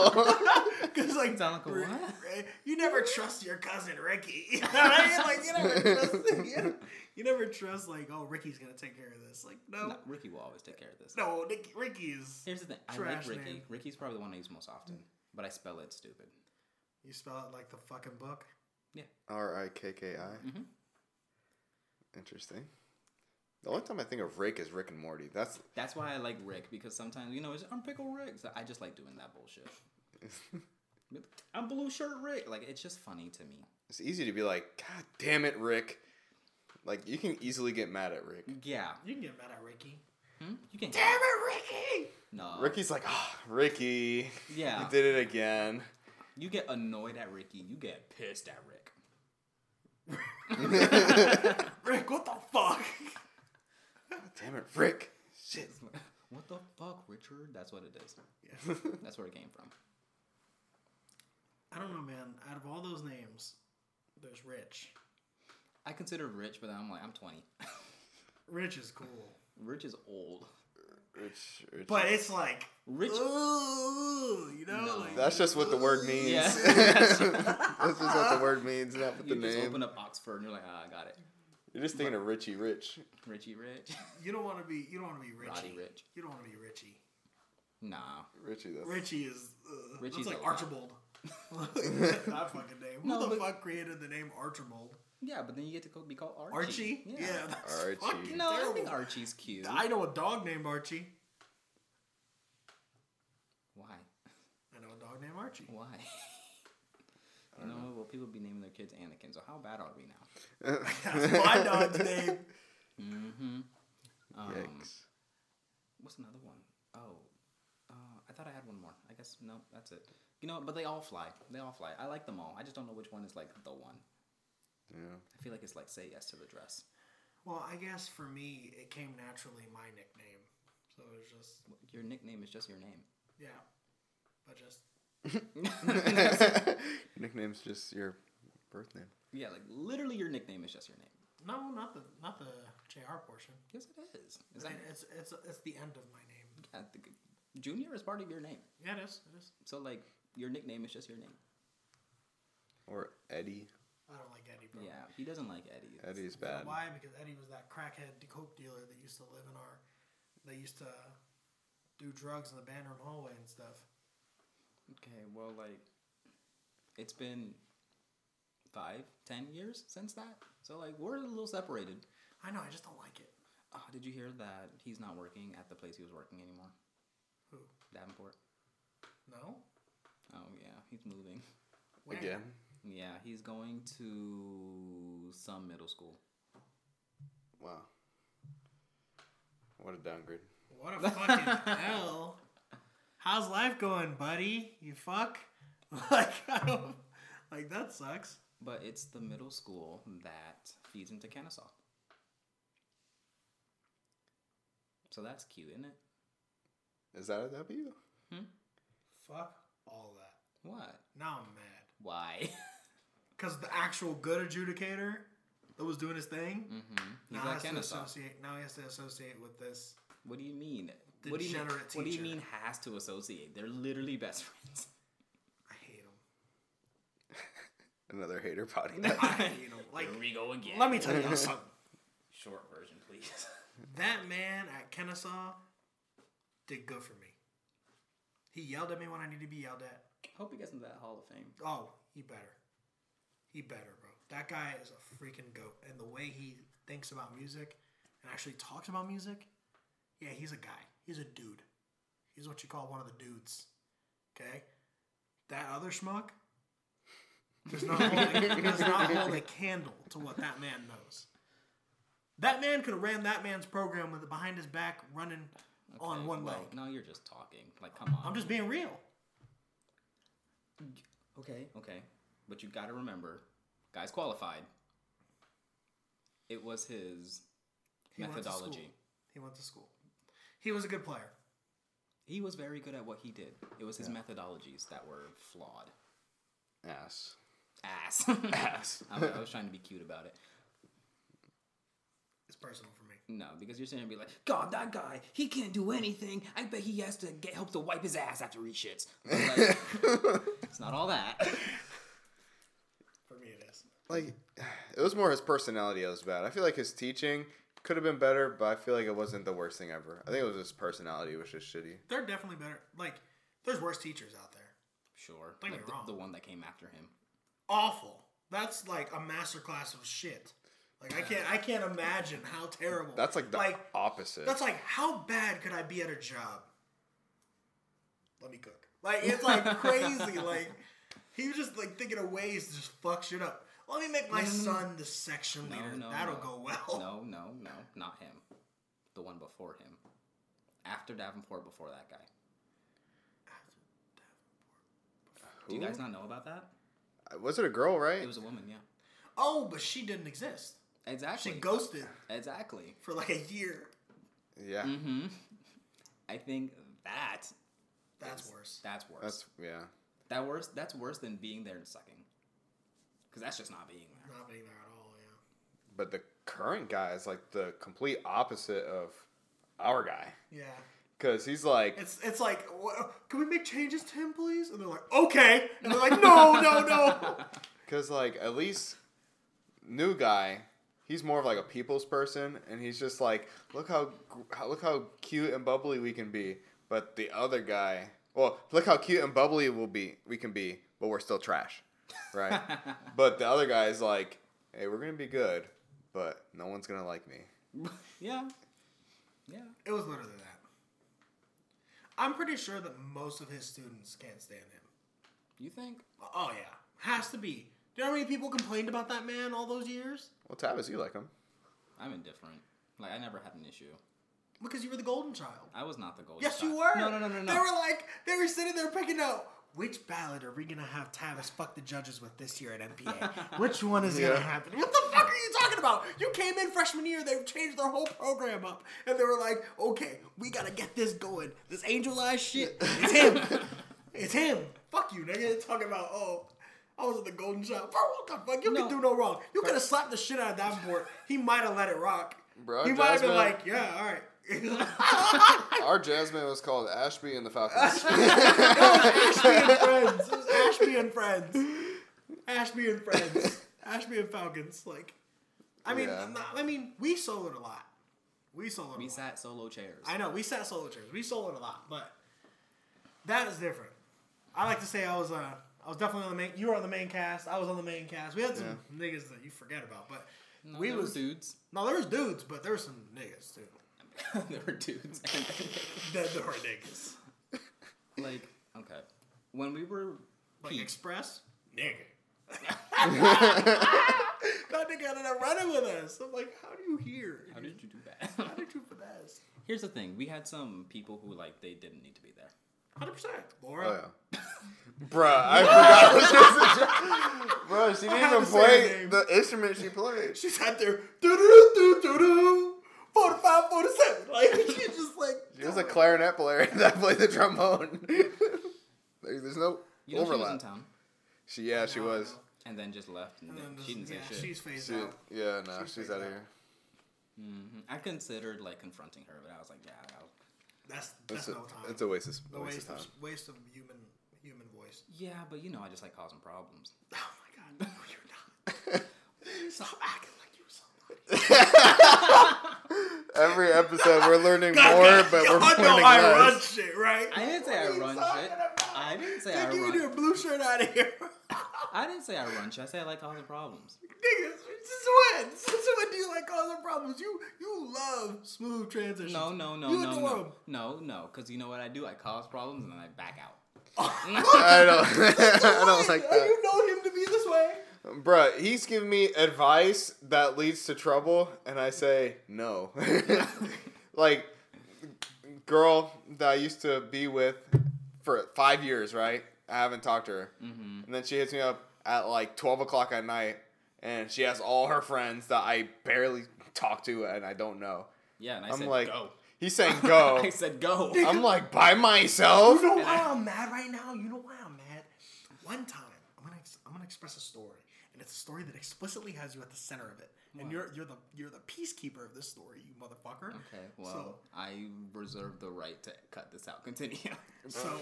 Speaker 3: Cause like,
Speaker 2: Sound like a
Speaker 3: Ri-
Speaker 2: what?
Speaker 3: Ri- you never trust your cousin Ricky. You know what I mean? Like you never trust you, you never trust like oh Ricky's gonna take care of this. Like no,
Speaker 2: No, Ricky will always take care of this.
Speaker 3: no, Nick, Ricky is.
Speaker 2: Here's the thing. I
Speaker 3: Trash
Speaker 2: like Ricky.
Speaker 3: name.
Speaker 2: Ricky's probably the one I use most often, but I spell it stupid.
Speaker 3: You spell it like the fucking book.
Speaker 4: R I K K I.
Speaker 3: Mm-hmm.
Speaker 4: Interesting. The only time I think of Rick is Rick and Morty. That's
Speaker 2: That's why I like Rick because sometimes you know it's, I'm pickle Rick. So I just like doing that bullshit. I'm blue shirt Rick. Like it's just funny to me.
Speaker 4: it's easy to be like, God damn it, Rick. Like you can easily get mad at Rick.
Speaker 2: Yeah,
Speaker 3: You can get mad at Ricky.
Speaker 2: hmm? you can.
Speaker 3: Damn it, Ricky!
Speaker 2: No,
Speaker 4: Ricky's like, ah, Ricky.
Speaker 2: Yeah.
Speaker 4: You did it again.
Speaker 2: You get annoyed at Ricky. You get pissed at Rick.
Speaker 3: Rick, what the fuck?
Speaker 4: Damn it, Rick. Shit.
Speaker 2: It's like, what the fuck, Richard? That's what it is.
Speaker 3: Yeah.
Speaker 2: That's where it came from.
Speaker 3: I don't know, man. Out of all those names, there's Rich.
Speaker 2: I consider Rich, but I'm like, I'm 20.
Speaker 3: Rich is cool,
Speaker 2: Rich is old.
Speaker 4: Rich, rich.
Speaker 3: but it's like,
Speaker 2: Rich.
Speaker 3: ooh, you know,
Speaker 2: No.
Speaker 3: like,
Speaker 4: that's just what the word means.
Speaker 2: Yeah.
Speaker 4: that's just what the word means, not what
Speaker 2: You
Speaker 4: the
Speaker 2: just
Speaker 4: name.
Speaker 2: open up Oxford and you're like, ah, I got it.
Speaker 4: You're just thinking of Richie Rich.
Speaker 2: Richie Rich.
Speaker 3: you don't want to be, you don't want to be Richie.
Speaker 2: Roddy Rich.
Speaker 3: You don't want to be Richie.
Speaker 2: Nah.
Speaker 4: Richie, that's
Speaker 3: Richie is, uh,
Speaker 2: Richie's
Speaker 3: Richie's
Speaker 2: a
Speaker 3: like
Speaker 2: lot.
Speaker 3: Archibald. that fucking name. Who
Speaker 2: No,
Speaker 3: the
Speaker 2: but-
Speaker 3: fuck created the name Archibald?
Speaker 2: Yeah, but then you get to go be called Archie.
Speaker 3: Archie?
Speaker 2: Yeah.
Speaker 3: that's
Speaker 4: Archie.
Speaker 3: fucking
Speaker 2: No, I
Speaker 3: terrible.
Speaker 2: think Archie's cute.
Speaker 3: I know a dog named Archie.
Speaker 2: Why?
Speaker 3: I know a dog named Archie.
Speaker 2: Why? You know, well, people be naming their kids Anakin, so how bad are we now?
Speaker 3: That's my dog's name.
Speaker 2: Mm-hmm. Um,
Speaker 4: Yikes.
Speaker 2: What's another one? Oh, uh, I thought I had one more. I guess no, that's it. You know, but they all fly. They all fly. I like them all. I just don't know which one is like the one.
Speaker 4: Yeah.
Speaker 2: I feel like it's like say yes to the dress.
Speaker 3: Well, I guess for me, it came naturally my nickname. So it was just,
Speaker 2: Your nickname is just your name.
Speaker 3: yeah. But just,
Speaker 4: Nickname's just your birth name.
Speaker 2: yeah, like literally your nickname is just your name.
Speaker 3: no, not the not the JR portion.
Speaker 2: Yes, it is. Is
Speaker 3: It's,
Speaker 2: that
Speaker 3: it's, it's, it's the end of my name.
Speaker 2: yeah, the, junior is part of your name.
Speaker 3: Yeah, it is. It is.
Speaker 2: So like your nickname is just your name.
Speaker 4: Or Eddie.
Speaker 3: I don't like Eddie, bro.
Speaker 2: Yeah, he doesn't like Eddie. It's-
Speaker 4: Eddie's
Speaker 3: You know
Speaker 4: bad.
Speaker 3: Why? Because Eddie was that crackhead coke dealer that used to live in our, that used to do drugs in the Bannerman hallway and stuff.
Speaker 2: Okay, well, like, it's been five, ten years since that. So, like, we're a little separated.
Speaker 3: I know. I just don't like it.
Speaker 2: Uh, did you hear that he's not working at the place he was working anymore?
Speaker 3: Who?
Speaker 2: Davenport?
Speaker 3: No.
Speaker 2: Oh, yeah, he's moving.
Speaker 3: Where?
Speaker 4: Again.
Speaker 2: Yeah, he's going to some middle school.
Speaker 4: Wow. What a downgrade.
Speaker 3: What a fucking hell! How's life going, buddy? You fuck. Like, I don't, like that sucks.
Speaker 2: But it's the middle school that feeds into Kennesaw. So that's cute, isn't it?
Speaker 4: Is that a W?
Speaker 3: Fuck all that.
Speaker 2: What?
Speaker 3: Now I'm mad.
Speaker 2: Why?
Speaker 3: Cause the actual good adjudicator that was doing his thing.
Speaker 2: hmm He's
Speaker 3: Now
Speaker 2: at
Speaker 3: has to
Speaker 2: Kennesaw.
Speaker 3: associate. Now he has to associate with this.
Speaker 2: What do you mean? What do you mean,
Speaker 3: Degenerate
Speaker 2: what do you
Speaker 3: teacher.
Speaker 2: mean has to associate? They're literally best friends.
Speaker 3: I hate him.
Speaker 4: Another hater potty.
Speaker 3: I hate him. Like,
Speaker 2: Here we go again.
Speaker 3: let me tell you something.
Speaker 2: Short version, please.
Speaker 3: That man at Kennesaw did good for me. He yelled at me when I needed to be yelled at.
Speaker 2: Hope he gets into that Hall of Fame.
Speaker 3: Oh, he better. He better, bro. That guy is a freaking goat. And the way he thinks about music and actually talks about music, yeah, he's a guy. He's a dude. He's what you call one of the dudes. Okay? That other schmuck does not hold, does not hold a candle to what that man knows. That man could have ran that man's program with it behind his back running on
Speaker 2: Okay,
Speaker 3: one
Speaker 2: well,
Speaker 3: leg.
Speaker 2: No, you're just talking. Like, come on.
Speaker 3: I'm just being real.
Speaker 2: okay. Okay, but you got to remember, guys qualified. It was his
Speaker 3: He went to school.
Speaker 2: methodology.
Speaker 3: He went to school. He was a good player.
Speaker 2: He was very good at what he did. It was his methodologies that were flawed.
Speaker 4: Ass.
Speaker 2: Ass. Ass. I was, I was trying to be cute about it.
Speaker 3: It's personal for me.
Speaker 2: No, because you're sitting there and be like, God, that guy, he can't do anything. I bet he has to get help to wipe his ass after he shits. Like, it's not all that.
Speaker 3: For me, it is.
Speaker 4: Like, it was more his personality that was bad. I feel like his teaching could have been better, but I feel like it wasn't the worst thing ever. I think it was his personality was just shitty.
Speaker 3: They're definitely better. Like, there's worse teachers out there.
Speaker 2: Sure.
Speaker 3: Don't get
Speaker 2: like
Speaker 3: me
Speaker 2: the,
Speaker 3: wrong.
Speaker 2: the one that came after him.
Speaker 3: Awful. That's like a masterclass of shit. Like I can't, I can't imagine how terrible.
Speaker 4: That's like the
Speaker 3: like
Speaker 4: opposite.
Speaker 3: that's like how bad could I be at a job? Let me cook. Like it's like crazy. Like he was just like thinking of ways to just fuck shit up. Let me make my son the section leader.
Speaker 2: no,
Speaker 3: That'll
Speaker 2: no.
Speaker 3: go well.
Speaker 2: No, no, no, not him. The one before him. After Davenport, before that guy. Do you
Speaker 4: Who? Uh,
Speaker 2: guys not know about that?
Speaker 4: was it a girl, right?
Speaker 2: It was a woman, yeah.
Speaker 3: Oh, but she didn't exist. She
Speaker 2: Exactly.
Speaker 3: ghosted
Speaker 2: exactly.
Speaker 3: for like a year.
Speaker 4: yeah.
Speaker 2: Mm-hmm. hmm I think that,
Speaker 3: That's worse.
Speaker 2: that's worse.
Speaker 4: That's, yeah.
Speaker 2: That worse. That's worse than being there and sucking. Because that's just not being there.
Speaker 3: Not being there at all, yeah.
Speaker 4: But the current guy is like the complete opposite of our guy.
Speaker 3: Yeah.
Speaker 4: Because he's like,
Speaker 3: It's it's like, "Wha- can we make changes to him, please? And they're like, okay. And they're like, no, no, no.
Speaker 4: Because, like, at least new guy, he's more of like a people's person, and he's just like, look how, gr- how look how cute and bubbly we can be. But the other guy, well, look how cute and bubbly we'll be, we can be, but we're still trash, right? but the other guy is like, hey, we're gonna be good, but no one's gonna like me.
Speaker 2: yeah. Yeah.
Speaker 3: It was literally that. I'm pretty sure that most of his students can't stand him.
Speaker 2: You think?
Speaker 3: Oh yeah, has to be. Do you know how many people complained about that man all those years?
Speaker 4: Well, Tavis, you like him.
Speaker 2: I'm indifferent. Like I never had an issue.
Speaker 3: Because you were the golden child.
Speaker 2: I was not the golden.
Speaker 3: Yes, you
Speaker 2: child.
Speaker 3: were.
Speaker 2: No, no, no, no, no.
Speaker 3: They were like, they were sitting there picking out which ballot are we gonna have Tavis fuck the judges with this year at MPA? which one is
Speaker 4: Yeah.
Speaker 3: gonna happen? What the fuck are you talking about? You came in freshman year, they changed their whole program up, and they were like, okay, we gotta get this going. This angel eyes shit, it's him. it's him. Fuck you, nigga. They're Talking about oh. I was at the golden shot. Bro, what the fuck? You
Speaker 2: No.
Speaker 3: can do no wrong. You could have slapped the shit out of that board. He might have let it rock.
Speaker 4: Bro,
Speaker 3: he might have been
Speaker 4: Jasmine-
Speaker 3: like, yeah, all right.
Speaker 4: Our Jasmine was called Ashby and the Falcons.
Speaker 3: Ashby and friends. It was Ashby and friends. Ashby and friends. Ashby and Falcons. Like, I mean,
Speaker 4: Yeah.
Speaker 3: I'm not- I mean, we soloed a lot. We soloed. a
Speaker 2: We
Speaker 3: lot.
Speaker 2: sat solo chairs.
Speaker 3: I know we sat solo chairs. We soloed a lot, but that is different. I like to say I was uh, I was definitely on the main. You were on the main cast. I was on the main cast. We had some niggas that you forget about, but
Speaker 2: No,
Speaker 3: we
Speaker 2: there
Speaker 3: was
Speaker 2: were dudes.
Speaker 3: no. There was dudes, but there were some niggas too.
Speaker 2: there were dudes.
Speaker 3: There, there were niggas.
Speaker 2: like okay, when we were
Speaker 3: Like
Speaker 2: peak,
Speaker 3: Express? Nigga. that nigga ended up running with us. I'm like, how do you hear?
Speaker 2: how did you do
Speaker 3: How
Speaker 2: that?
Speaker 3: did you finesse?
Speaker 2: Here's the thing: we had some people who like they didn't need to be there.
Speaker 3: 100%. Laura.
Speaker 4: Oh, yeah. Bruh, I forgot what she was a Bruh, she
Speaker 3: had
Speaker 4: didn't even
Speaker 3: to say her
Speaker 4: play
Speaker 3: name.
Speaker 4: the instrument she played.
Speaker 3: She sat there, doo doo doo doo doo, 45, 47. Like, she just like.
Speaker 4: She was a clarinet player that played the trombone. Like, There's no
Speaker 2: You know she was in
Speaker 4: overlap.
Speaker 2: town,
Speaker 4: She, yeah, she
Speaker 3: No,
Speaker 4: was.
Speaker 3: no.
Speaker 2: and then just left, and,
Speaker 3: And
Speaker 2: then
Speaker 3: then
Speaker 2: she didn't
Speaker 3: just, yeah,
Speaker 2: say shit.
Speaker 3: she's phased
Speaker 4: She,
Speaker 3: out.
Speaker 4: yeah, no,
Speaker 3: She's
Speaker 4: she's,
Speaker 3: like
Speaker 4: out of
Speaker 3: that.
Speaker 4: here.
Speaker 2: Mhm. I considered like confronting her, but I was like, yeah, I'll,
Speaker 3: That's, that's
Speaker 4: It's a,
Speaker 3: no time.
Speaker 4: it's a waste of,
Speaker 3: The
Speaker 4: waste
Speaker 3: waste,
Speaker 4: of time.
Speaker 3: of, waste of human human voice.
Speaker 2: yeah, but you know, I just like causing problems.
Speaker 3: Oh my god, no, you're not. Stop acting like you somebody.
Speaker 4: Every episode, we're learning more, but we're
Speaker 3: I know
Speaker 4: learning
Speaker 3: I run
Speaker 4: less.
Speaker 3: shit, right?
Speaker 2: I didn't say
Speaker 3: What
Speaker 2: I
Speaker 3: are you
Speaker 2: run
Speaker 3: talking
Speaker 2: shit.
Speaker 3: about?
Speaker 2: I didn't say I
Speaker 3: Take you
Speaker 2: run.
Speaker 3: and your blue shirt out of here.
Speaker 2: I didn't say I run shit. I said I like causing problems.
Speaker 3: Niggas, since when? Since when do you like causing problems? You you love smooth transitions.
Speaker 2: No, no, no,
Speaker 3: You
Speaker 2: no,
Speaker 3: adore
Speaker 2: no,
Speaker 3: 'em.
Speaker 2: no, no. Because you know what I do? I cause problems and then I back out.
Speaker 4: I don't, I
Speaker 3: Why?
Speaker 4: don't like
Speaker 3: Are
Speaker 4: that.
Speaker 3: You know him to be this way.
Speaker 4: Bruh, he's giving me advice that leads to trouble, and I say no. like, girl that I used to be with for five years, right? I haven't talked to her. Mm-hmm. And then she hits me up at like 12 o'clock at night, and she has all her friends that I barely talk to and I don't know.
Speaker 2: Yeah, and I
Speaker 4: I'm
Speaker 2: said
Speaker 4: like,
Speaker 2: go.
Speaker 4: he's saying go.
Speaker 2: I said go.
Speaker 4: I'm like, by myself?
Speaker 3: You know why I'm mad right now? You know why I'm mad? One time, I'm gonna ex- I'm gonna express a story, and it's a story that explicitly has you at the center of it, and you're you're the you're the peacekeeper of this story, you motherfucker.
Speaker 2: Okay, well,
Speaker 3: So-
Speaker 2: I reserve the right to cut this out. Continue.
Speaker 3: So,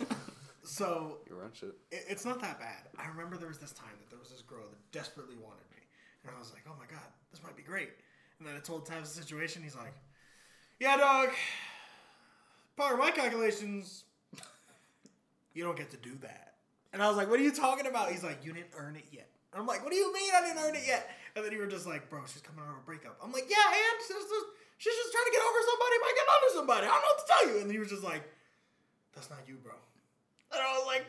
Speaker 3: so
Speaker 4: You run shit.
Speaker 3: it, it's not that bad. I remember there was this time that there was this girl that desperately wanted me, and I was like, "Oh my god, this might be great." And then I told Tavis the situation. He's like, "Yeah, dog. Part of my calculations, you don't get to do that." And I was like, "What are you talking about?" He's like, "You didn't earn it yet." And I'm like, "What do you mean I didn't earn it yet?" And then you were just like, "Bro, she's coming out of a breakup." I'm like, "Yeah, and she's just, she's just trying to get over somebody by getting under somebody. I don't know what to tell you." And then he was just like, "That's not you, bro." And I was like,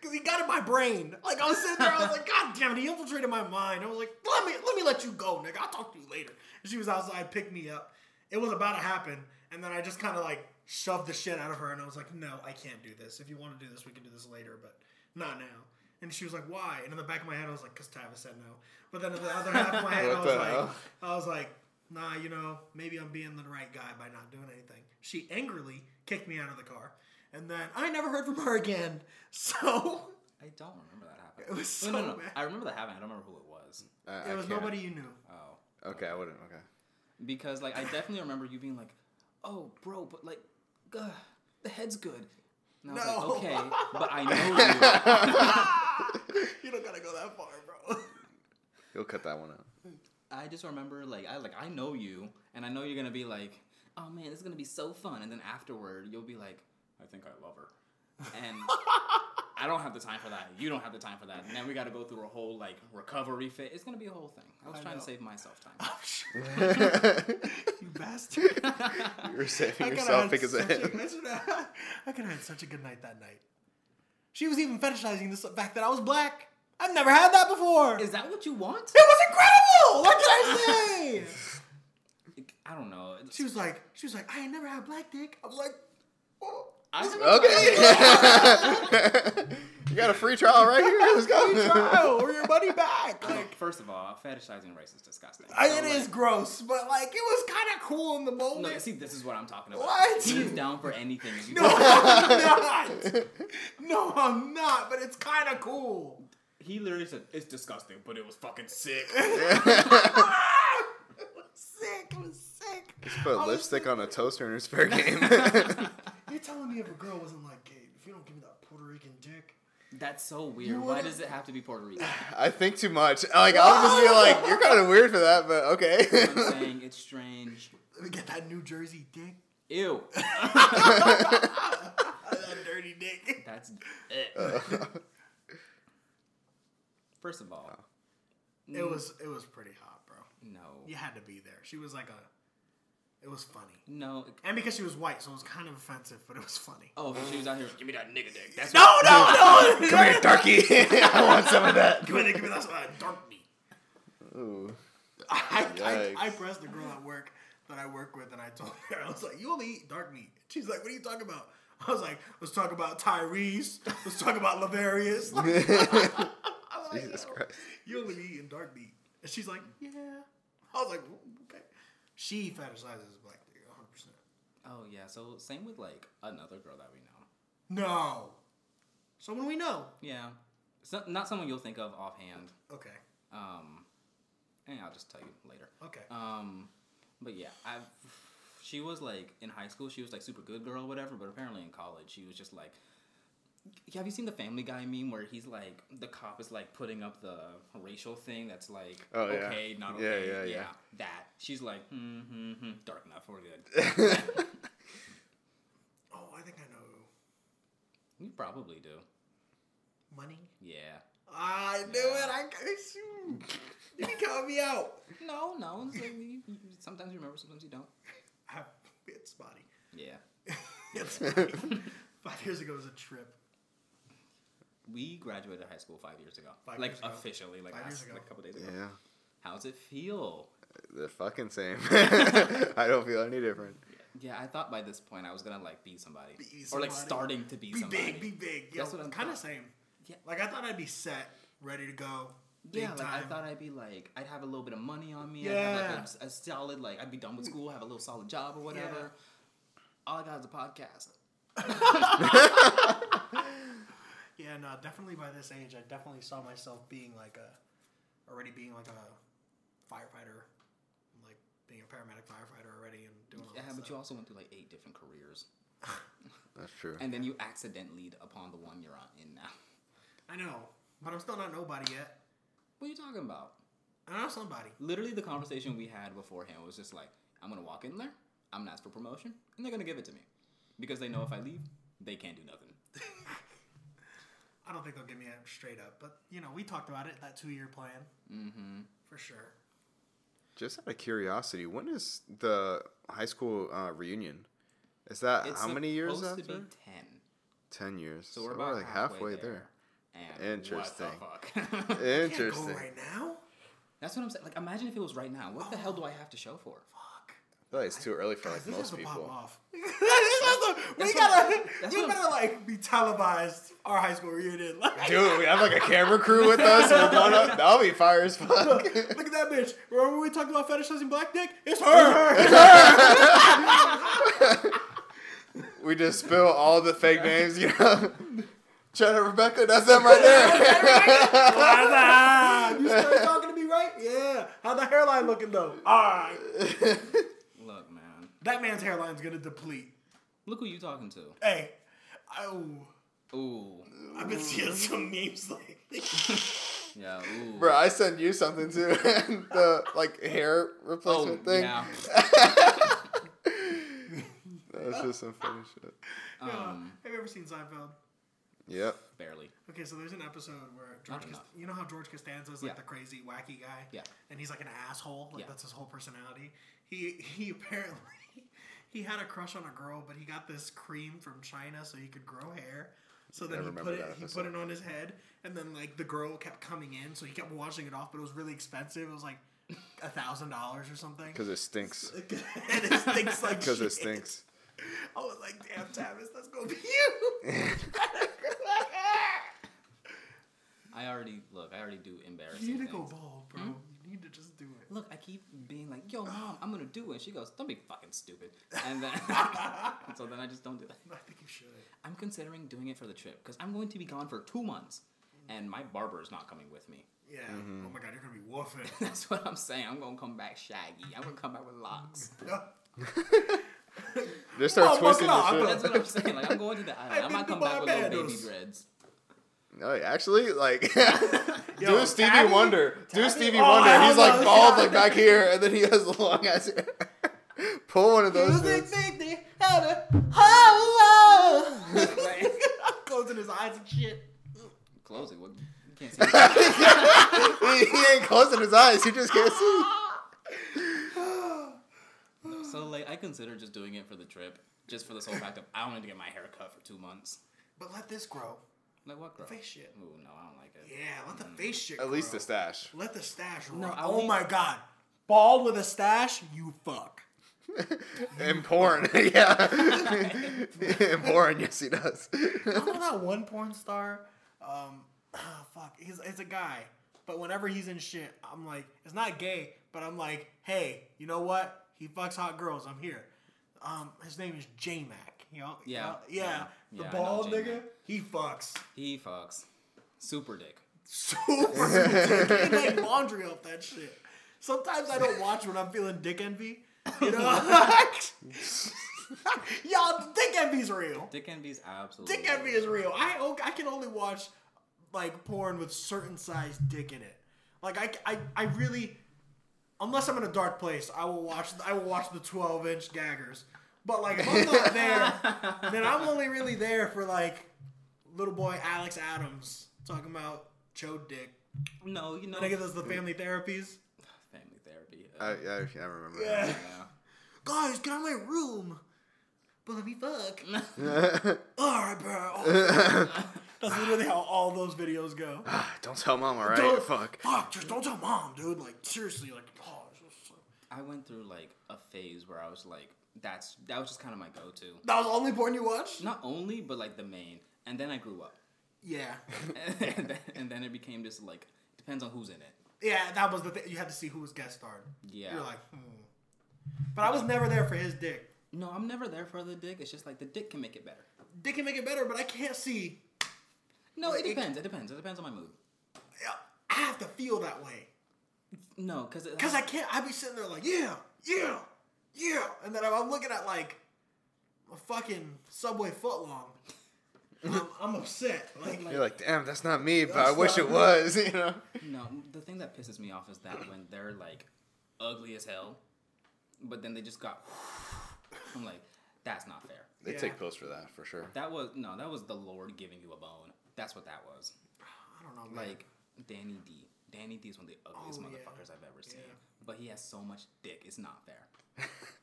Speaker 3: because he got in my brain. Like I was sitting there, I was like, God damn it, he infiltrated my mind. I was like, let me let me let you go, nigga. I'll talk to you later. And she was outside, picked me up. It was about to happen, and then I just kind of like shoved the shit out of her, and I was like, No, I can't do this. If you want to do this, we can do this later, but not now. And she was like, Why? And in the back of my head, I was like, Cause Tavis said no. But then in the other half of my head, I
Speaker 4: What
Speaker 3: was
Speaker 4: the
Speaker 3: like,
Speaker 4: hell?
Speaker 3: I was like, Nah, you know, maybe I'm being the right guy by not doing anything. She angrily kicked me out of the car. And then I never heard from her again. So
Speaker 2: I don't remember that happening.
Speaker 3: It was
Speaker 2: Wait, no,
Speaker 3: so
Speaker 2: no, no.
Speaker 3: bad.
Speaker 2: I remember that happening. I don't remember who it was.
Speaker 4: I- I
Speaker 3: it was
Speaker 4: can't-
Speaker 3: nobody you knew.
Speaker 2: Oh.
Speaker 4: Okay, I wouldn't. Okay.
Speaker 2: Because like I definitely remember you being like, "Oh, bro, but like, ugh, the head's good." And I was
Speaker 3: No.
Speaker 2: like, "Okay, but I know you.
Speaker 4: Uh.
Speaker 3: you don't gotta go that far, bro.
Speaker 4: You'll cut that one out.
Speaker 2: I just remember like I like I know you, and I know you're gonna be like, "Oh man, this is gonna be so fun," and then afterward you'll be like, "I think I love her," and I don't have the time for that. You don't have the time for that. And then we got to go through a whole like recovery fit. It's gonna be a whole thing. I was
Speaker 3: I
Speaker 2: trying
Speaker 3: know.
Speaker 2: to save myself time.
Speaker 3: I'm sure. you bastard.
Speaker 4: You're saving
Speaker 3: I could
Speaker 4: yourself
Speaker 3: have had
Speaker 4: because of
Speaker 3: such
Speaker 4: him.
Speaker 3: a- I could have had such a good night that night. She was even fetishizing the fact that I was black. I've never had that before.
Speaker 2: Is that what you want?
Speaker 3: it was incredible. What did I say?
Speaker 2: I don't know. It's-
Speaker 3: she was like, she was like, I ain't never had black dick. I was like, oh.
Speaker 2: I haven't-
Speaker 4: Okay. you got a free trial right here. Let's go.
Speaker 3: free trial or your money back.
Speaker 2: Like,
Speaker 3: Like,
Speaker 2: first of all, fetishizing race is disgusting.
Speaker 3: I,
Speaker 2: So,
Speaker 3: it
Speaker 2: like,
Speaker 3: is gross, but like it was kind of cool in the moment.
Speaker 2: No, see, this is what I'm talking about.
Speaker 3: What?
Speaker 2: He's down for anything. You
Speaker 3: No, I'm not. No, I'm not. But it's kind of cool.
Speaker 2: He literally said, "It's disgusting, but it was fucking sick."
Speaker 3: Ah! It was sick. It was sick. I
Speaker 4: Put
Speaker 3: was
Speaker 4: lipstick on a toaster and it's fair game.
Speaker 3: thinking, You're telling me if a girl wasn't like, Gabe, if you don't give me that Puerto Rican dick,
Speaker 2: That's so
Speaker 3: You
Speaker 2: weird. Why
Speaker 3: would've-
Speaker 2: does it have to be Puerto Rican?
Speaker 4: I think too much. Like I'll just be like, you're kind of weird for that, but
Speaker 2: I'm
Speaker 4: okay.
Speaker 2: saying it's strange.
Speaker 3: let me get that New Jersey dick.
Speaker 2: Ew.
Speaker 3: that dirty dick.
Speaker 2: That's. eh. First of all,
Speaker 3: It was. It was pretty hot, bro.
Speaker 2: no,
Speaker 3: You had to be there. She was like a. It was funny.
Speaker 2: no.
Speaker 3: And because she was white, so it was kind of offensive, but it was funny.
Speaker 2: Oh, if she was out here. Give me that nigga dick. That's
Speaker 3: No, no, no!
Speaker 4: Come here, darky. I want some of that.
Speaker 3: Give me, that- give me that uh, dark meat.
Speaker 4: Ooh.
Speaker 3: I,
Speaker 4: Yikes.
Speaker 3: I, I pressed the girl at work that I work with, and I told her, I was like, you only eat dark meat. She's like, what are you talking about? I was like, let's talk about Tyrese. Let's talk about Lavarius. I was like,
Speaker 4: Jesus
Speaker 3: "Yo,
Speaker 4: Christ.
Speaker 3: You only be eating dark meat. And she's like, yeah. I was like, "Ooh, okay. She fetishizes black dick 100%.
Speaker 2: Oh yeah. So same with like another girl that we know.
Speaker 3: No. Someone we know.
Speaker 2: Yeah. So, not someone you'll think of offhand.
Speaker 3: Okay.
Speaker 2: Um, and I'll just tell you later.
Speaker 3: Okay.
Speaker 2: Um, but yeah, I've. She was like in high school. She was like super good girl, whatever. But apparently in college, she was just like. Have you seen the Family Guy meme where he's like the cop is like putting up the racial thing that's like
Speaker 4: Oh, yeah.
Speaker 2: okay, not
Speaker 4: Yeah,
Speaker 2: okay,
Speaker 4: yeah, yeah.
Speaker 2: that. She's like hmm, hmm, hmm, dark enough, we're good.
Speaker 3: oh, I think I know. who.
Speaker 2: you probably do,
Speaker 3: Money.
Speaker 2: yeah.
Speaker 3: I knew it. I you. You can count me out.
Speaker 2: No, no. It's like you, you, sometimes you remember, sometimes you don't.
Speaker 3: I, it's spotty.
Speaker 2: Yeah.
Speaker 3: It's spotty. Five years ago was a trip.
Speaker 2: We graduated high school five years ago.
Speaker 3: Five
Speaker 2: like
Speaker 3: years ago.
Speaker 2: officially, like
Speaker 3: Five
Speaker 2: last,
Speaker 3: years ago.
Speaker 2: like a couple days ago.
Speaker 4: Yeah.
Speaker 2: How's it feel?
Speaker 4: They're fucking same. I don't feel any different.
Speaker 2: Yeah, I thought by this point I was gonna like be somebody,
Speaker 3: Be
Speaker 2: or like
Speaker 3: somebody.
Speaker 2: starting to be,
Speaker 3: Be
Speaker 2: somebody.
Speaker 3: big, be big. Yo,
Speaker 2: That's what I'm
Speaker 3: kind of
Speaker 2: thought.
Speaker 3: same.
Speaker 2: Yeah.
Speaker 3: Like I thought I'd be set, ready to go. Big
Speaker 2: yeah, like I
Speaker 3: time.
Speaker 2: thought I'd be like I'd have a little bit of money on me. I'd have
Speaker 3: Yeah.
Speaker 2: like a s- a, solid like I'd be done with school, have a little solid job or whatever. All I got is a podcast.
Speaker 3: yeah, no, uh, definitely by this age, I definitely saw myself being like a, already being like a firefighter, like being a paramedic firefighter already, and doing all
Speaker 2: Yeah,
Speaker 3: that
Speaker 2: but you
Speaker 3: stuff.
Speaker 2: also went through like eight different careers,
Speaker 4: That's true.
Speaker 2: and then you accidentally upon the one you're on in now.
Speaker 3: I know, but I'm still not nobody yet.
Speaker 2: What are you talking about?
Speaker 3: I know somebody.
Speaker 2: Literally, the conversation we had beforehand was just like, I'm gonna walk in there, I'm gonna ask for promotion, and they're gonna give it to me because they know if I leave, they can't do nothing.
Speaker 3: I don't think they'll give me a straight up, but you know, we talked about it that two year plan. Mm-hmm. For sure.
Speaker 4: Just out of curiosity, when is the high school uh, reunion? Is that how many years
Speaker 2: supposed
Speaker 4: after?
Speaker 2: to be ten.
Speaker 4: Ten years.
Speaker 2: So we're about
Speaker 4: like
Speaker 2: halfway,
Speaker 4: halfway,
Speaker 2: there. And
Speaker 4: Interesting.
Speaker 2: What the fuck?
Speaker 3: I can't
Speaker 4: there.
Speaker 3: go
Speaker 4: Interesting.
Speaker 3: right now.
Speaker 2: That's what I'm saying. Like, imagine if it was right now. What the hell do I have to show for?
Speaker 3: Fuck.
Speaker 4: I feel like it's too early for
Speaker 3: Guys,
Speaker 4: like
Speaker 3: this has
Speaker 4: most
Speaker 3: to pop
Speaker 4: people.
Speaker 3: off. This has to- we
Speaker 2: That's what I'm-
Speaker 3: gotta,
Speaker 2: that's
Speaker 3: we
Speaker 2: what I'm-
Speaker 3: gotta like be televised our high school reunion. Like,
Speaker 4: Dude, we have like a camera crew with us. and we're going up. That'll be fire as fuck.
Speaker 3: look at that bitch. Remember we talked about fetishizing black dick? It's her.
Speaker 4: we we just spill all the fake names, you know. Jenna Rebecca, that's them right there.
Speaker 3: Ah, you started talking to me, right? Yeah. How the hairline looking though? All right.
Speaker 2: Look, man.
Speaker 3: That man's hairline's gonna deplete.
Speaker 2: Look who you talking to.
Speaker 3: Hey, oh,
Speaker 2: Ooh.
Speaker 3: I've been seeing
Speaker 2: Mm.
Speaker 3: some memes like this.
Speaker 2: Yeah. Ooh.
Speaker 4: Bro, I sent you something too, the like hair replacement thing.
Speaker 2: Oh, yeah.
Speaker 4: That's just some funny shit.
Speaker 2: Um,
Speaker 3: Have you ever seen Seinfeld?
Speaker 4: Yep.
Speaker 2: barely.
Speaker 3: Okay, so there's an episode where George,
Speaker 2: Not
Speaker 3: Cast-
Speaker 2: enough.
Speaker 3: you know how George Costanza is like
Speaker 2: Yeah.
Speaker 3: the crazy wacky guy,
Speaker 2: Yeah.
Speaker 3: and he's like an asshole, like
Speaker 2: Yeah.
Speaker 3: that's his whole personality. He he apparently he had a crush on a girl, but he got this cream from China so he could grow hair. So then
Speaker 4: I
Speaker 3: he
Speaker 4: remember
Speaker 3: put it
Speaker 4: that
Speaker 3: he put
Speaker 4: episode.
Speaker 3: it on his head, and then like the girl kept coming in, so he kept washing it off, but it was really expensive. It was like a thousand dollars or something.
Speaker 4: Because it stinks.
Speaker 3: and it stinks like
Speaker 4: Because it
Speaker 3: shit.
Speaker 4: stinks.
Speaker 3: I was like, damn, Travis, that's gonna be you.
Speaker 2: I already look. I already do embarrassing
Speaker 3: you need to
Speaker 2: things.
Speaker 3: go bald, bro.
Speaker 2: Hmm?
Speaker 3: You need to just do it.
Speaker 2: Look, I keep being like, "Yo, mom, I'm gonna do it." She goes, "Don't be fucking stupid." And then, so then I just don't do that.
Speaker 3: I think you should.
Speaker 2: I'm considering doing it for the trip because I'm going to be gone for two months, and my barber is not coming with me.
Speaker 3: Yeah.
Speaker 4: Mm-hmm.
Speaker 3: Oh my god, you're gonna be woofing.
Speaker 2: That's what I'm saying. I'm gonna come back shaggy. I'm gonna come back with locks.
Speaker 4: Just start
Speaker 3: Mama
Speaker 4: twisting your
Speaker 3: Glock.
Speaker 4: shit.
Speaker 2: That's what I'm saying. Like I'm going to the island. I
Speaker 3: I've
Speaker 2: might come
Speaker 3: been to
Speaker 2: back with little baby
Speaker 3: Barbados.
Speaker 2: dreads.
Speaker 4: No, actually, like,
Speaker 3: Yo,
Speaker 4: do Stevie
Speaker 3: Tabby-
Speaker 4: Wonder.
Speaker 3: Tabby-
Speaker 4: Do Stevie
Speaker 3: Oh,
Speaker 4: Wonder.
Speaker 3: I
Speaker 4: He's like
Speaker 3: love
Speaker 4: bald,
Speaker 3: Tabby.
Speaker 4: like back here, and then he has long ass hair. Pull one of those. things.
Speaker 3: Closing his eyes and shit.
Speaker 2: Close it. What? You can't see.
Speaker 4: He, he ain't closing his eyes. He just can't see.
Speaker 2: so like, I consider just doing it for the trip, just for the sole fact of I don't need to get my hair cut for two months.
Speaker 3: But let this grow.
Speaker 2: Like what, girl?
Speaker 3: Face shit.
Speaker 2: Ooh, no, I don't like it.
Speaker 3: Yeah, let the face shit.
Speaker 4: At least
Speaker 3: grow.
Speaker 4: the stash.
Speaker 3: Let the stash roll.
Speaker 2: No, I
Speaker 3: oh
Speaker 2: leave-
Speaker 3: my god, bald with a stash, you fuck.
Speaker 4: And porn. yeah. and porn, yes, he does.
Speaker 3: I know that one porn star. Um, ah, fuck, he's it's a guy, but whenever he's in shit, I'm like, it's not gay, but I'm like, hey, you know what? He fucks hot girls. I'm here. Um, his name is J Mac. You know?
Speaker 2: Yeah,
Speaker 3: you know? yeah.
Speaker 2: yeah,
Speaker 3: The
Speaker 2: yeah, I know
Speaker 3: bald
Speaker 2: J-Mac.
Speaker 3: nigga. He fucks
Speaker 2: He fucks. Super dick.
Speaker 3: super. dick. He like laundry off that shit. Sometimes I don't watch when I'm feeling dick envy. You know, y'all, dick envy's real.
Speaker 2: Dick envy's absolutely.
Speaker 3: Dick envy is real. I o- I can only watch like porn with certain size dick in it. Like I, I, I really, unless I'm in a dark place, I will watch I will watch the 12 inch gaggers. But like if I'm not there, then I'm only really there for like little boy Alex Adams talking about chode dick.
Speaker 2: No, you know.
Speaker 3: Can I give us the family therapies?
Speaker 2: Family therapy. Uh,
Speaker 4: I, I, I remember.
Speaker 3: Yeah.
Speaker 2: yeah.
Speaker 3: Guys, get out of my room. But let me fuck.
Speaker 4: that.
Speaker 3: All right, bro. That's literally how all those videos go.
Speaker 4: Ah, Don't tell mom, alright?
Speaker 3: Don't-
Speaker 4: Fuck.
Speaker 3: Fuck, just don't tell mom, dude. Like, seriously, like, oh, it's just so-
Speaker 2: I went through like a phase where I was like, that's that was just kind of my go-to.
Speaker 3: that was the only porn you watched?
Speaker 2: Not only, but like the main. And then I grew up,
Speaker 3: Yeah.
Speaker 2: and, then, and then it became just like depends on who's in it.
Speaker 3: Yeah, that was the thing. You had to see who was guest starred.
Speaker 2: Yeah.
Speaker 3: You're like, hmm. But I was never there for his dick.
Speaker 2: No, I'm never there for the dick. It's just like the dick can make it better.
Speaker 3: Dick can make it better, but I can't see.
Speaker 2: No, it
Speaker 3: It-
Speaker 2: depends. It depends. It depends on my mood.
Speaker 3: Yeah, I have to feel that way.
Speaker 2: No, because it,
Speaker 3: Because I can't, I'd be sitting there like, yeah, yeah, yeah. And then I'm looking at like a fucking Subway footlong. I'm, I'm upset. Like,
Speaker 4: You're like, damn, that's not me, but I
Speaker 3: That's
Speaker 4: wish
Speaker 3: not
Speaker 4: it
Speaker 3: me.
Speaker 4: was, you know?
Speaker 2: No, the thing that pisses me off is that when they're like ugly as hell, but then they just got. I'm like, that's not fair.
Speaker 4: They
Speaker 3: Yeah.
Speaker 4: take pills for that, for sure.
Speaker 2: That was no, that was the Lord giving you a bone. That's what that was.
Speaker 3: I don't know, man.
Speaker 2: Like Danny D. Danny D is one of the ugliest
Speaker 3: Oh, yeah.
Speaker 2: motherfuckers I've ever seen.
Speaker 3: Yeah.
Speaker 2: But he has so much dick. It's not fair.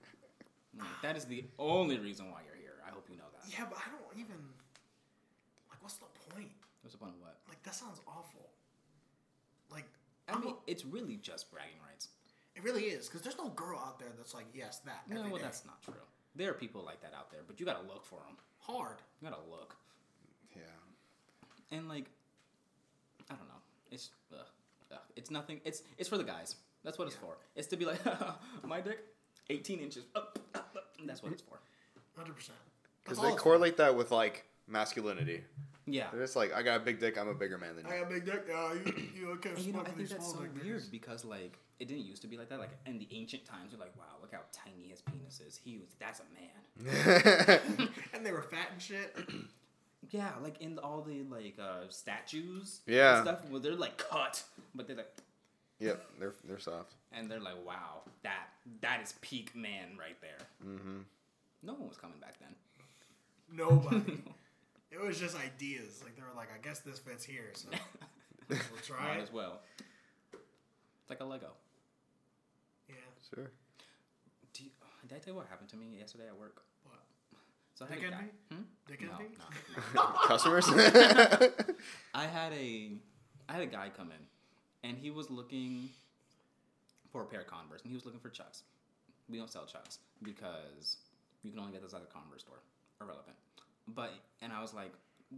Speaker 2: Like, that is the only reason why you're here. I hope you know that.
Speaker 3: Yeah, but I don't even. Like, what's the point?
Speaker 2: There's a point of what?
Speaker 3: Like, that sounds awful. Like,
Speaker 2: I
Speaker 3: I'm
Speaker 2: mean,
Speaker 3: a-
Speaker 2: it's really just bragging rights.
Speaker 3: it really is, because there's no girl out there that's like, yes, that.
Speaker 2: No,
Speaker 3: every
Speaker 2: well,
Speaker 3: day.
Speaker 2: that's not true. There are people like that out there, but you gotta look for them.
Speaker 3: hard.
Speaker 2: You gotta look.
Speaker 4: Yeah.
Speaker 2: and like i don't know it's uh, uh, it's nothing it's it's for the guys that's what it's for it's to be like my dick 18 inches up, up, up. And that's what it's for
Speaker 3: 100%.
Speaker 4: because
Speaker 3: That's
Speaker 4: they
Speaker 3: all it's
Speaker 4: correlate that with like masculinity.
Speaker 2: Yeah.
Speaker 4: They're just like, I got a big dick, I'm a bigger man than
Speaker 3: I
Speaker 4: you.
Speaker 3: got big dick now. You, you okay?
Speaker 2: And, you know, I
Speaker 3: smoking
Speaker 2: think
Speaker 3: these
Speaker 2: that's
Speaker 3: small
Speaker 2: so
Speaker 3: dick
Speaker 2: weird
Speaker 3: niggas.
Speaker 2: because like it didn't used to be like that. Like in the ancient times, you're like, wow, look how tiny his penis is. He was that's a man.
Speaker 3: And they were fat and shit.
Speaker 2: Yeah, like in all the like uh, statues.
Speaker 4: Yeah.
Speaker 2: And stuff. Well, they're like cut, but they're like,
Speaker 4: yep, they're they're soft.
Speaker 2: and they're like, wow, that that is peak man right there. Mm-hmm. No one was coming back then.
Speaker 3: Nobody. it was just ideas. Like they were like, I guess this fits here, so we'll try
Speaker 2: Might
Speaker 3: it.
Speaker 2: as well. It's like a Lego.
Speaker 3: Yeah.
Speaker 4: Sure.
Speaker 2: Do you, did I tell you what happened to me yesterday at work?
Speaker 3: What?
Speaker 2: So I
Speaker 3: Dick
Speaker 2: had a guy.
Speaker 3: envy?
Speaker 2: Hmm?
Speaker 3: Dick
Speaker 2: No,
Speaker 3: envy?
Speaker 2: no.
Speaker 4: Customers.
Speaker 2: I had a I had a guy come in and he was looking for a pair of Converse and he was looking for Chucks. We don't sell Chucks because you can only get those at a Converse store. Irrelevant. But and I was like,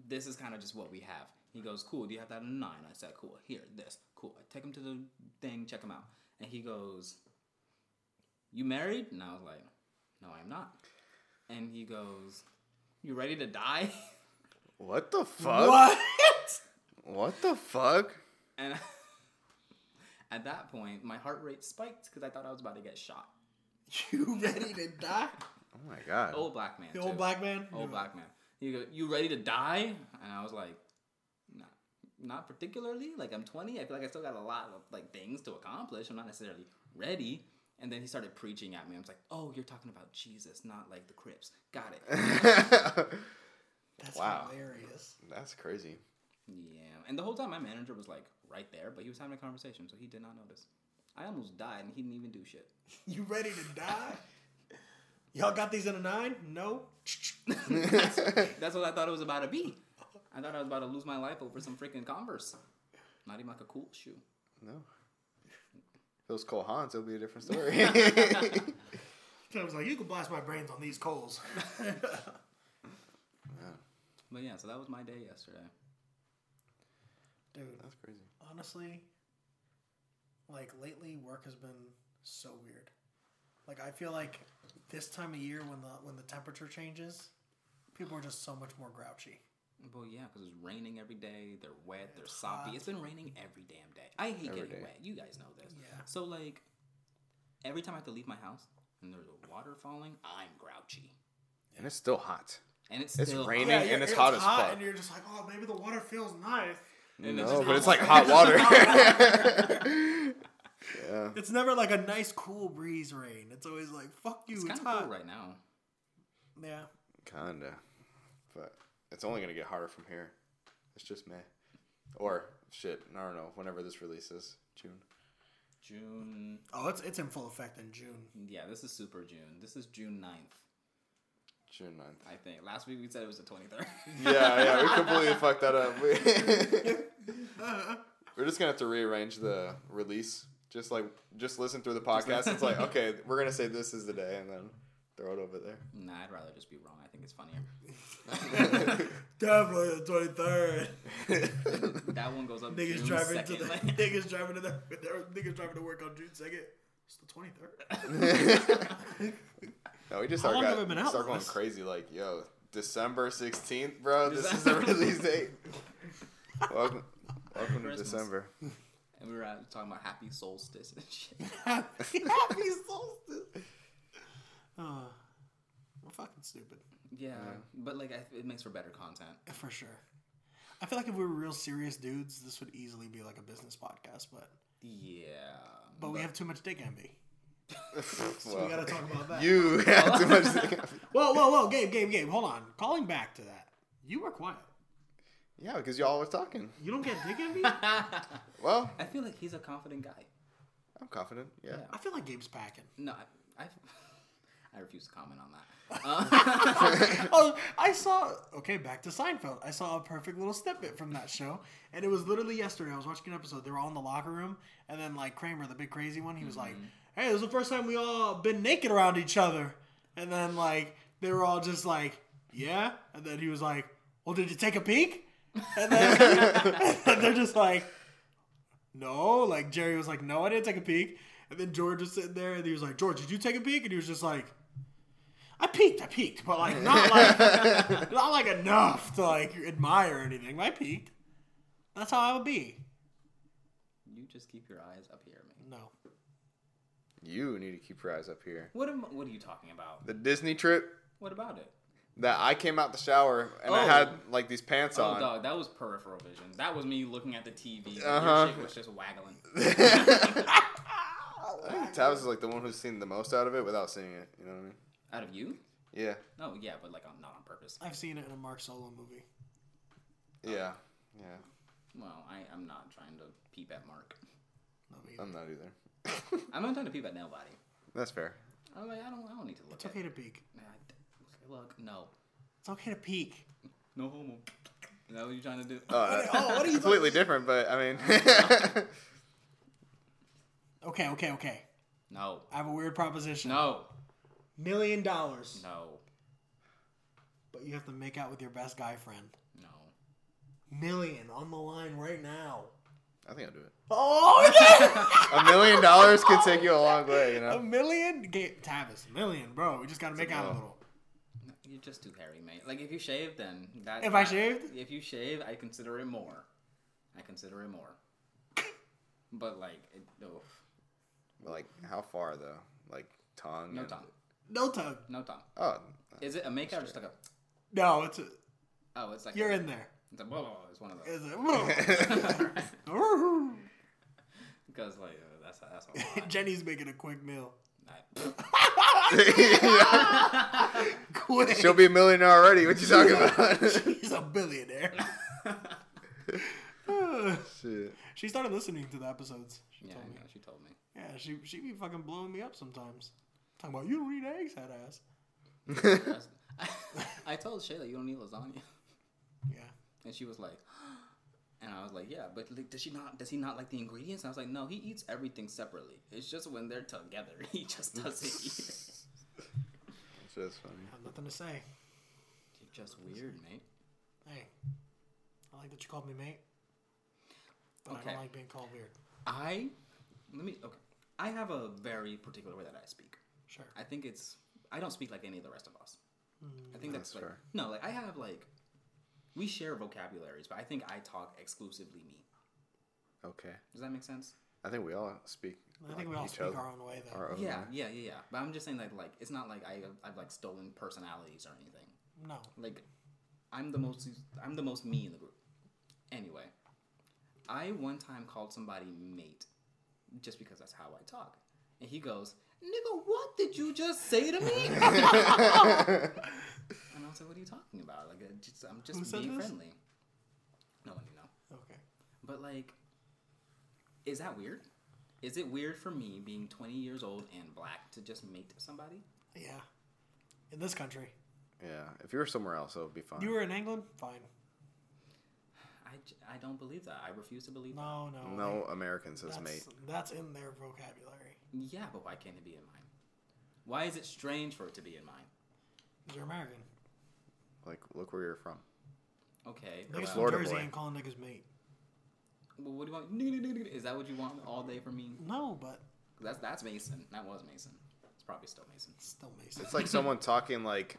Speaker 2: this is kind of just what we have. He goes, cool. Do you have that in nine? I said, cool. Here, this, cool. I take him to the thing, check him out, and he goes, you married? And I was like, no, I'm not. And he goes, you ready to die?
Speaker 4: what the fuck?
Speaker 3: What?
Speaker 4: What the fuck?
Speaker 2: And at that point, my heart rate spiked because I thought I was about to get shot.
Speaker 3: you ready to die?
Speaker 4: Oh my god.
Speaker 2: Old black man.
Speaker 3: The
Speaker 2: too.
Speaker 3: old black man.
Speaker 2: Old
Speaker 3: No.
Speaker 2: black man. You go. You ready to die? And I was like, not, not particularly. Like I'm 20. I feel like I still got a lot of like things to accomplish. I'm not necessarily ready. And then he started preaching at me. I was like, oh, you're talking about Jesus, not like the Crips. Got it.
Speaker 3: That's
Speaker 4: Wow.
Speaker 3: hilarious.
Speaker 4: That's crazy.
Speaker 2: yeah. And the whole time, my manager was like right there, but he was having a conversation, so he did not notice. I almost died, and he didn't even do shit.
Speaker 3: You ready to die? Y'all got these in a nine? No.
Speaker 2: that's, that's what I thought it was about to be. I thought I was about to lose my life over some freaking Converse. Not even like a cool shoe.
Speaker 4: No. If it was Cole Hans, it would be a different story.
Speaker 3: I was like, you can blast my brains on these coals.
Speaker 2: But yeah, so that was my day yesterday.
Speaker 3: Dude,
Speaker 4: That's crazy.
Speaker 3: honestly, like lately, work has been so weird. Like I feel like this time of year, when the when the temperature changes, people are just so much more grouchy.
Speaker 2: Well, yeah, because it's raining every day. They're wet. They're soppy. It's been raining every damn day. I hate
Speaker 4: Every
Speaker 2: getting
Speaker 4: day.
Speaker 2: wet. You guys know this.
Speaker 3: Yeah.
Speaker 2: So like, every time I have to leave my house and there's water falling, I'm grouchy.
Speaker 4: And it's still hot.
Speaker 2: And it's,
Speaker 4: It's
Speaker 2: still hot.
Speaker 4: raining. and it's hot as fuck.
Speaker 3: And you're just like, oh, maybe the water feels nice.
Speaker 2: And it's
Speaker 4: no,
Speaker 2: just
Speaker 4: but it's
Speaker 2: hot.
Speaker 4: like hot water.
Speaker 3: It's never like a nice cool breeze rain. It's always like, fuck you,
Speaker 2: It's
Speaker 3: it's,
Speaker 2: kind of
Speaker 3: hot.
Speaker 2: cool right now.
Speaker 3: Yeah.
Speaker 4: Kinda. But it's only gonna get harder from here. It's just May. Or shit, I don't know, whenever this releases. June.
Speaker 2: June.
Speaker 3: Oh, it's it's in full effect in June.
Speaker 2: Yeah, this is super June. This is June 9th,
Speaker 4: June 9th.
Speaker 2: I think. Last week we said it was the 23rd.
Speaker 4: yeah, yeah, we completely fucked that up. We- We're just gonna have to rearrange the release. Just like just listen through the podcast. It's like, okay, we're gonna say this is the day and then throw it over there.
Speaker 2: Nah, I'd rather just be wrong. I think it's funnier.
Speaker 3: Definitely the twenty third.
Speaker 2: That one goes up
Speaker 3: Niggas
Speaker 2: June
Speaker 3: driving to
Speaker 2: 2nd.
Speaker 3: the
Speaker 2: like-
Speaker 3: niggas driving to the niggas driving to work on June second. It's the twenty third.
Speaker 4: No, we just
Speaker 3: How
Speaker 4: start,
Speaker 3: long
Speaker 4: got,
Speaker 3: have we been out,
Speaker 4: start going
Speaker 3: Wes?
Speaker 4: crazy. Like, yo, December sixteenth, bro. This is the release date. welcome, welcome to
Speaker 2: Christmas.
Speaker 4: December.
Speaker 2: and we were out talking about happy solstice and shit.
Speaker 3: Happy solstice. Oh, we're fucking stupid
Speaker 2: Yeah, but like I, it makes for better content.
Speaker 3: for sure. I feel like if we were real serious dudes, this would easily be like a business podcast, but
Speaker 2: Yeah.
Speaker 3: but we have too much dick envy. So
Speaker 4: Well,
Speaker 3: we gotta talk about that.
Speaker 4: you had too much. to-
Speaker 3: Whoa, whoa, whoa, Gabe, Gabe, Gabe, hold on. Calling back to that. You were quiet.
Speaker 4: yeah, because y'all were talking.
Speaker 3: You don't get dick envy?
Speaker 4: Well,
Speaker 2: I feel like he's a confident guy.
Speaker 4: I'm confident. Yeah.
Speaker 3: I feel like Gabe's packing.
Speaker 2: No, I, I, I refuse to comment on that. Uh,
Speaker 3: Oh, I saw. Okay, back to Seinfeld. I saw a perfect little snippet from that show, and it was literally yesterday. I was watching an episode. They were all in the locker room, and then like Kramer, the big crazy one, he was like, "Hey, this is the first time we all been naked around each other." And then like they were all just like, "Yeah," and then he was like, "Well, did you take a peek?" And then, and then they're just like, "No." Like Jerry was like, "No, I didn't take a peek." And then George was sitting there, and he was like, "George, did you take a peek?" And he was just like. I peaked, I peaked, but like not like not like enough to like admire or anything. But I peaked. That's how I would be.
Speaker 2: You just keep your eyes up here, man.
Speaker 3: No.
Speaker 4: You need to keep your eyes up here.
Speaker 2: What am What are you talking about?
Speaker 4: The Disney trip
Speaker 2: What about it?
Speaker 4: that I came out the shower and I
Speaker 2: Oh.
Speaker 4: had like these pants
Speaker 2: Oh,
Speaker 4: on.
Speaker 2: dog, that was peripheral vision. That was me looking at the TV.
Speaker 4: Uh-huh.
Speaker 2: Your shit was just waggling.
Speaker 4: I think Tavis is like the one who's seen the most out of it without seeing it. You know what I mean?
Speaker 2: Out of you?
Speaker 4: Yeah,
Speaker 2: No, yeah, but like on, not on purpose.
Speaker 3: I've seen it in a Mark Solo movie.
Speaker 4: yeah, yeah.
Speaker 2: Well, I, I'm not trying to peep at Mark.
Speaker 3: No, but
Speaker 4: I'm not either.
Speaker 2: I'm not trying to peep at nobody.
Speaker 4: That's fair.
Speaker 2: I'm like, I don't, I don't need to look
Speaker 3: It's
Speaker 2: at
Speaker 3: okay to peak.
Speaker 2: Nah, d- okay, Look, no.
Speaker 3: It's okay to peak.
Speaker 2: No homo. Is that what you're trying to do?
Speaker 4: Uh,
Speaker 3: oh, what are you
Speaker 4: completely different, but I mean,
Speaker 3: Okay, okay, okay.
Speaker 2: no.
Speaker 3: I have a weird proposition.
Speaker 2: No.
Speaker 3: Million dollars.
Speaker 2: No.
Speaker 3: But you have to make out with your best guy friend.
Speaker 2: No.
Speaker 3: Million on the line right now.
Speaker 4: I think I'll do it.
Speaker 3: Oh yeah!
Speaker 4: A million dollars could take you a long way, you
Speaker 3: a
Speaker 4: know.
Speaker 3: million? Ga- Tavis, a million, bro. We just gotta make out a
Speaker 4: no.
Speaker 3: little.
Speaker 2: No, You're just too hairy, mate. Like, if you shave, then that.
Speaker 3: If I
Speaker 2: that-
Speaker 3: shaved?
Speaker 2: If you shave, I consider it more. I consider it more. But, like, it, no.
Speaker 4: Like how far though? Like tongue.
Speaker 2: No
Speaker 4: and-
Speaker 2: tongue.
Speaker 3: No tug.
Speaker 2: No tongue.
Speaker 4: Oh,
Speaker 2: Is it a makeout or just like a.
Speaker 3: No, it's a,
Speaker 2: Oh, it's like.
Speaker 3: you're
Speaker 2: a,
Speaker 3: in there.
Speaker 2: It's, a, blah, blah, blah, it's one of those.
Speaker 3: It's a,
Speaker 2: Because, like, uh, that's, that's a lot.
Speaker 3: Jenny's making a quick meal.
Speaker 2: I-
Speaker 4: Oh.
Speaker 3: Quick.
Speaker 4: she'll be a millionaire already. What you talking about?
Speaker 3: She's a billionaire.
Speaker 4: Shit.
Speaker 3: she started listening to the episodes. She
Speaker 2: yeah,
Speaker 3: told
Speaker 2: I
Speaker 3: me.
Speaker 2: know, she told me.
Speaker 3: Yeah, she she be fucking blowing me up sometimes. Talking about you don't eat eggs, that ass.
Speaker 2: That's- I, I told Shayla you don't need lasagna,
Speaker 3: Yeah.
Speaker 2: and she was like, and I was like, yeah, but like, does she not? Does he not like the ingredients? And I was like, no, he eats everything separately. It's just when they're together, he just doesn't eat. it."
Speaker 4: That's funny.
Speaker 3: I have nothing to say.
Speaker 2: You're just weird, mate.
Speaker 3: Hey, I like that you called me mate, but I
Speaker 2: Okay.
Speaker 3: don't like being called weird.
Speaker 2: I let me. Okay, I have a very particular way that I speak.
Speaker 3: Sure.
Speaker 2: I think it's. I don't speak like any of the rest of us. I think Mm, that's,
Speaker 4: That's
Speaker 2: like
Speaker 4: fair.
Speaker 2: no, like I have like we share vocabularies, but I think I talk exclusively me.
Speaker 4: Okay.
Speaker 2: Does that make sense?
Speaker 4: I think we all speak.
Speaker 3: I
Speaker 4: like
Speaker 3: think we all
Speaker 4: each
Speaker 3: speak
Speaker 4: other-
Speaker 3: our own way though.
Speaker 4: our own
Speaker 2: Yeah,
Speaker 4: way.
Speaker 2: yeah, yeah, yeah. But I'm just saying that like it's not like I I've like stolen personalities or anything.
Speaker 3: No.
Speaker 2: Like I'm the most I'm the most me in the group. Anyway, I one time called somebody mate just because that's how I talk. And he goes, "Nigga, what did you just say to me?" and I was like, "What are you talking about? Like I just, I'm
Speaker 3: Who
Speaker 2: just
Speaker 3: said
Speaker 2: being
Speaker 3: this?
Speaker 2: friendly." No one you know.
Speaker 3: Okay.
Speaker 2: But like, is that weird? Is it weird for me being 20 years old and black to just mate somebody?
Speaker 3: Yeah. In this country,
Speaker 4: Yeah. If you were somewhere else, it would be fine.
Speaker 3: you were in England. Fine.
Speaker 2: I, j- I don't believe that. I refuse to believe that.
Speaker 3: No, no.
Speaker 4: no American says
Speaker 3: That's
Speaker 4: mate.
Speaker 3: that's in their vocabulary.
Speaker 2: Yeah, but why can't it be in mine? Why is it strange for it to be in mine?
Speaker 3: 'Cause You're American.
Speaker 4: Like, look where you're from.
Speaker 2: Okay.
Speaker 3: Niggas
Speaker 2: well,
Speaker 3: from
Speaker 4: Florida
Speaker 3: Jersey
Speaker 4: boy.
Speaker 3: ain't calling niggas mate.
Speaker 2: well, what do you want? Nigga, nigga, nigga, nigga. Is that what you want all day from me?
Speaker 3: No, but
Speaker 2: That's that's Mason. That was Mason. It's probably still Mason.
Speaker 3: still Mason.
Speaker 4: It's like someone talking like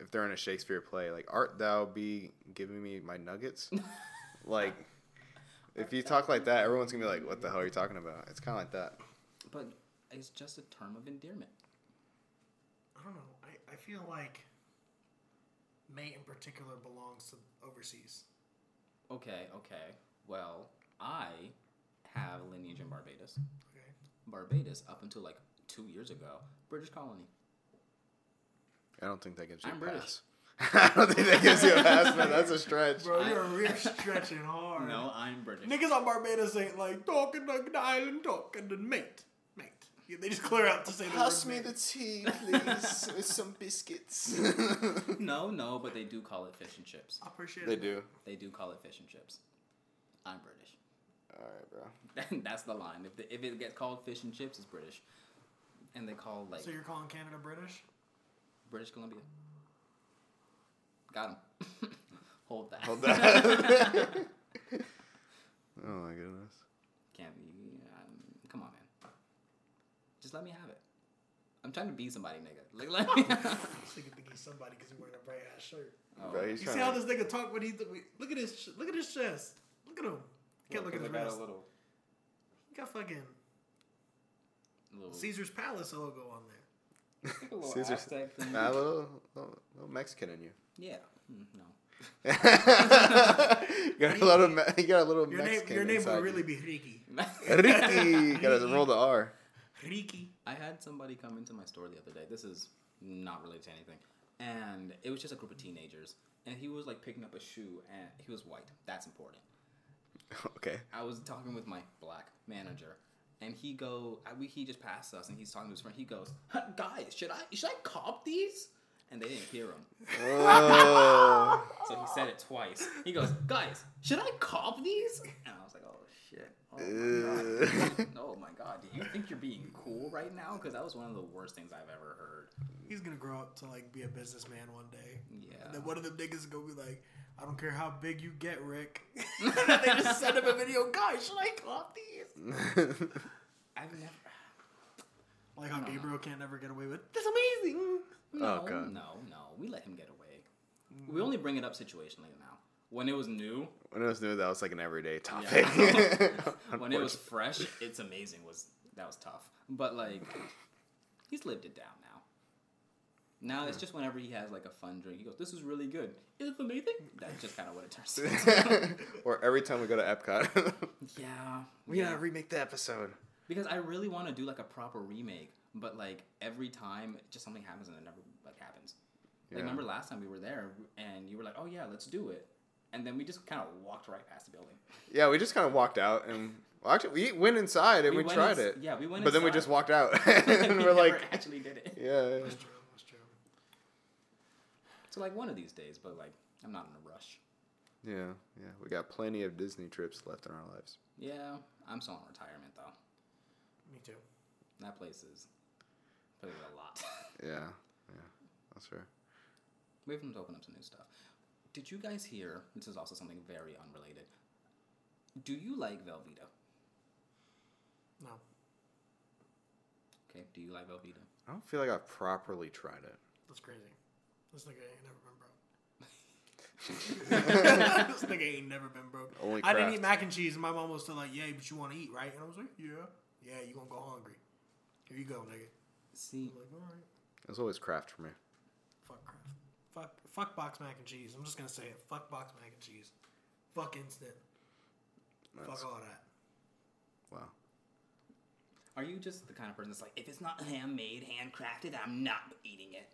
Speaker 4: if they're in a Shakespeare play, like "Art thou be giving me my nuggets?" like if you talk like that, everyone's gonna be like, "What the hell are you talking about?" It's kind of like that.
Speaker 2: But it's just a term of endearment.
Speaker 3: I don't know. I, I feel like mate in particular belongs to overseas.
Speaker 2: Okay, okay. Well, I have lineage in Barbados.
Speaker 3: Okay.
Speaker 2: Barbados up until like two years ago, British colony.
Speaker 4: I don't think that gives you
Speaker 2: I'm
Speaker 4: a
Speaker 2: British.
Speaker 4: pass. I don't think that gives you a pass, man. That's a stretch.
Speaker 3: Bro,
Speaker 2: I-
Speaker 3: you're real stretching hard.
Speaker 2: No, I'm British.
Speaker 3: Niggas on Barbados ain't like talking like the island talking to mate. Mate. Yeah, they just clear out to say the word mate.
Speaker 4: tea, please, with some biscuits.
Speaker 2: No, no, but they do call it fish and chips.
Speaker 3: I appreciate
Speaker 4: they
Speaker 3: it.
Speaker 4: do.
Speaker 2: They do call it fish and chips. I'm British.
Speaker 4: All right, bro.
Speaker 2: That's the line. If, the, if it gets called fish and chips, it's British. And they call like
Speaker 3: So you're calling Canada British?
Speaker 2: British Columbia. Got him. Hold that.
Speaker 4: Hold that. oh my goodness.
Speaker 2: Can't be. Um, come on, man. Just let me have it. I I'm trying to be somebody, nigga. Like, let me.
Speaker 3: This nigga think he's somebody because he's wearing a bright ass shirt.
Speaker 2: Oh.
Speaker 4: But
Speaker 3: You
Speaker 4: he's
Speaker 3: see
Speaker 4: trying
Speaker 3: how
Speaker 4: to-
Speaker 3: this nigga talk when he look at his sh- look at his chest. Look at him. Can't look at his
Speaker 2: I got
Speaker 3: wrist.
Speaker 2: A little,
Speaker 3: He got fucking
Speaker 2: little,
Speaker 3: Caesar's Palace logo on there.
Speaker 2: a little
Speaker 4: Caesar-
Speaker 2: Aztec thing.
Speaker 4: Nah, a little, little, little Mexican in you.
Speaker 2: Yeah. Mm, No.
Speaker 4: you got a little, Me- you got a little
Speaker 3: Your
Speaker 4: Mexican.
Speaker 3: name your name
Speaker 4: inside
Speaker 3: will
Speaker 4: you.
Speaker 3: really be Ricky.
Speaker 4: Ricky. Got to roll the R.
Speaker 3: Ricky.
Speaker 2: I had somebody come into my store the other day. This is not related to anything. And it was just a group of teenagers. And he was like picking up a shoe and he was white. That's important.
Speaker 4: Okay.
Speaker 2: I was talking with my black manager, and he go, I- we, he just passed us, and he's talking to his friend. He goes, "Huh, "Guys, should I should I cop these?" And they didn't hear him,
Speaker 4: Oh.
Speaker 2: so he said it twice. He goes, "Guys, should I cop these?" And I was like, "Oh shit! Oh my god! oh my god! Do you think you're being cool right now? Because that was one of the worst things I've ever heard."
Speaker 3: He's gonna grow up to like be a businessman one day. And
Speaker 2: Yeah.
Speaker 3: then one of them niggas is gonna be like, I don't care how big you get, Rick. and then they just send him a video, guys, should I cop these?
Speaker 2: I've never.
Speaker 3: Like how Gabriel can't never get away with that's amazing.
Speaker 2: No,
Speaker 4: God.
Speaker 2: no, no. We let him get away. We only bring it up situationally now. When it was new,
Speaker 4: when I was new, that was like an everyday topic.
Speaker 2: Yeah. when it was fresh, it's amazing. Was that was tough, but like he's lived it down now. Now it's just whenever he has like a fun drink, he goes, "This is really good. Is it amazing?" That's just kind of what it turns into.
Speaker 4: Unfortunately. or every time we go to Epcot.
Speaker 2: yeah,
Speaker 4: we gotta remake the episode.
Speaker 2: because I really want to do like a proper remake, but like every time, just something happens and it never like happens. Like
Speaker 4: Yeah.
Speaker 2: remember last time we were there and you were like, "Oh yeah, let's do it," and then we just kind of walked right past the building.
Speaker 4: Yeah, we just kind of walked out and well, actually we went inside and
Speaker 2: We
Speaker 4: we,
Speaker 2: went
Speaker 4: tried
Speaker 2: ins-
Speaker 4: it.
Speaker 2: yeah, we went
Speaker 4: But then we
Speaker 2: inside.
Speaker 4: just walked out and
Speaker 2: We
Speaker 4: we're
Speaker 2: never
Speaker 4: like,
Speaker 2: actually did it.
Speaker 4: yeah.
Speaker 3: That's true, that's true.
Speaker 2: So like one of these days, but like I'm not in a rush.
Speaker 4: Yeah, yeah. We got plenty of Disney trips left in our lives.
Speaker 2: Yeah, I'm still on retirement though.
Speaker 3: Me too.
Speaker 2: That place is putting in a lot.
Speaker 4: Yeah, yeah. That's fair.
Speaker 2: we have to open up some new stuff. Did you guys hear? This is also something very unrelated. Do you like Velveeta?
Speaker 3: No.
Speaker 2: Okay, do you like Velveeta?
Speaker 4: I don't feel like I've properly tried it.
Speaker 3: That's crazy. This nigga ain't never been broke. this nigga ain't never been broke.
Speaker 4: Only
Speaker 3: I didn't
Speaker 4: Kraft.
Speaker 3: eat mac and cheese, and my mom was still like, "Yeah, but you want to eat, right?" And I was like, "Yeah, yeah, you gonna go hungry? Here you go, nigga."
Speaker 2: See,
Speaker 3: I'm like, "All right,
Speaker 4: It was always craft for me.
Speaker 3: fuck Kraft, fuck, fuck box mac and cheese." I'm just gonna say it. Fuck box mac and cheese. Fuck instant.
Speaker 4: That's-
Speaker 3: Fuck all that.
Speaker 4: wow.
Speaker 2: are you just the kind of person that's like, if it's not handmade, handcrafted, I'm not eating it?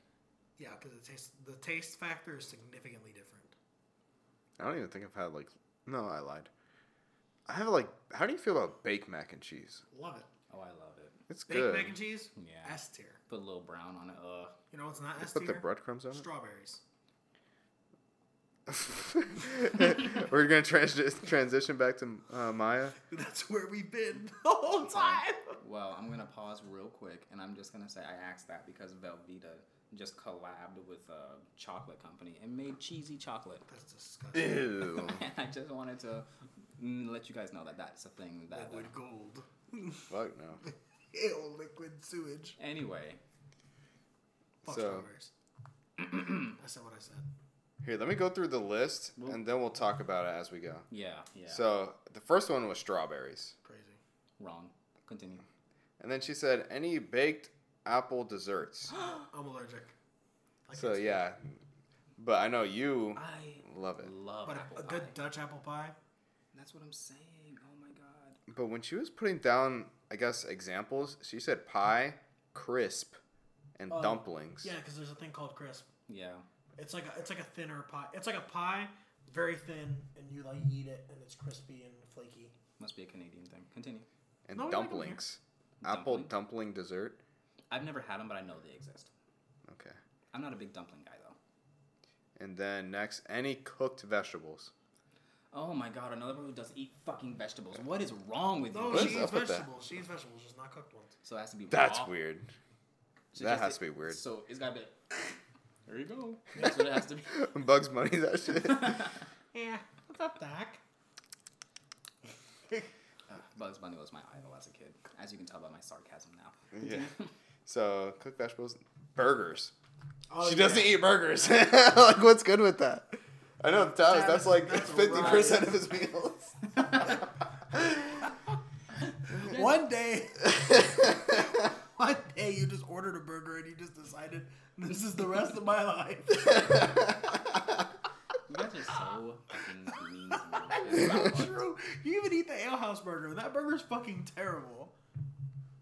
Speaker 3: Yeah, because the taste, the taste factor is significantly different.
Speaker 4: I don't even think I've had like. No, I lied. I have like. How do you feel about baked mac and cheese?
Speaker 3: Love it.
Speaker 2: Oh, I love it.
Speaker 4: It's
Speaker 3: Baked
Speaker 4: good.
Speaker 3: mac and cheese.
Speaker 2: Yeah.
Speaker 3: S tier.
Speaker 2: Put a little brown on it. uh, Ugh.
Speaker 3: You know what's not S
Speaker 4: Put the
Speaker 3: tier?
Speaker 4: breadcrumbs on
Speaker 3: Strawberries.
Speaker 4: it. We're gonna trans- transition back to uh, Maya.
Speaker 3: That's where we've been the whole time.
Speaker 2: Well, I'm gonna pause real quick, and I'm just gonna say I asked that because Velveeta just collabed with a chocolate company and made cheesy chocolate.
Speaker 3: That's disgusting.
Speaker 4: Ew.
Speaker 2: and I just wanted to mm, let you guys know that that's a thing that.
Speaker 3: Liquid gold.
Speaker 4: Fuck no.
Speaker 3: Ew, liquid sewage.
Speaker 2: anyway,
Speaker 3: Fuck
Speaker 4: So-
Speaker 3: strawberries. I said what I said.
Speaker 4: Here, let me go through the list, and then we'll talk about it as we go.
Speaker 2: yeah, yeah.
Speaker 4: So the first one was strawberries.
Speaker 3: Crazy.
Speaker 2: wrong. Continue.
Speaker 4: And then she said, any baked apple desserts.
Speaker 3: I'm allergic. I
Speaker 4: so,
Speaker 3: can't
Speaker 4: yeah. But I know you
Speaker 2: I
Speaker 4: love it.
Speaker 2: love
Speaker 3: But
Speaker 2: apple
Speaker 3: a, a
Speaker 2: pie.
Speaker 3: good Dutch apple pie.
Speaker 2: That's what I'm saying. Oh my god.
Speaker 4: But when she was putting down, I guess, examples, she said pie, crisp, and dumplings.
Speaker 3: Yeah, because there's a thing called crisp.
Speaker 2: Yeah.
Speaker 3: It's like a, it's like a thinner pie. It's like a pie, very thin, and you like eat it, and it's crispy and flaky.
Speaker 2: Must be a Canadian thing. Continue.
Speaker 4: And
Speaker 3: No, I like 'em here.
Speaker 4: dumplings. Apple
Speaker 2: Dumpling.
Speaker 4: dumpling dessert.
Speaker 2: I've never had them, but I know they exist.
Speaker 4: Okay.
Speaker 2: I'm not a big dumpling guy though.
Speaker 4: And then next, any cooked vegetables.
Speaker 2: Oh my god, another one who doesn't eat fucking vegetables. What is wrong with you?
Speaker 3: No,
Speaker 4: What
Speaker 3: she
Speaker 4: is
Speaker 3: eats
Speaker 4: up with that?
Speaker 3: vegetables. She eats vegetables, just not cooked ones.
Speaker 2: So it has to be.
Speaker 4: That's
Speaker 2: raw.
Speaker 4: weird.
Speaker 2: So
Speaker 4: That
Speaker 2: just-
Speaker 4: has to be weird.
Speaker 2: So it's gotta be. Like, there you go. That's what it has to be.
Speaker 4: Bugs Bunny, that shit.
Speaker 3: Yeah, what's up, Doc?
Speaker 2: Bugs Bunny was my idol as a kid, as you can tell by my sarcasm now.
Speaker 4: yeah. So cooked vegetables, burgers.
Speaker 3: Oh,
Speaker 4: she
Speaker 3: yeah.
Speaker 4: doesn't eat burgers. like, what's good with that? I know
Speaker 3: Travis,
Speaker 4: Thomas. That's like
Speaker 3: that's
Speaker 4: fifty percent of his meals.
Speaker 3: One day, one day you just ordered a burger and you just decided this is the rest of my life.
Speaker 2: You guys are so fucking mean
Speaker 3: It's
Speaker 2: to me.
Speaker 3: not true. You even eat the alehouse burger. That burger's fucking terrible.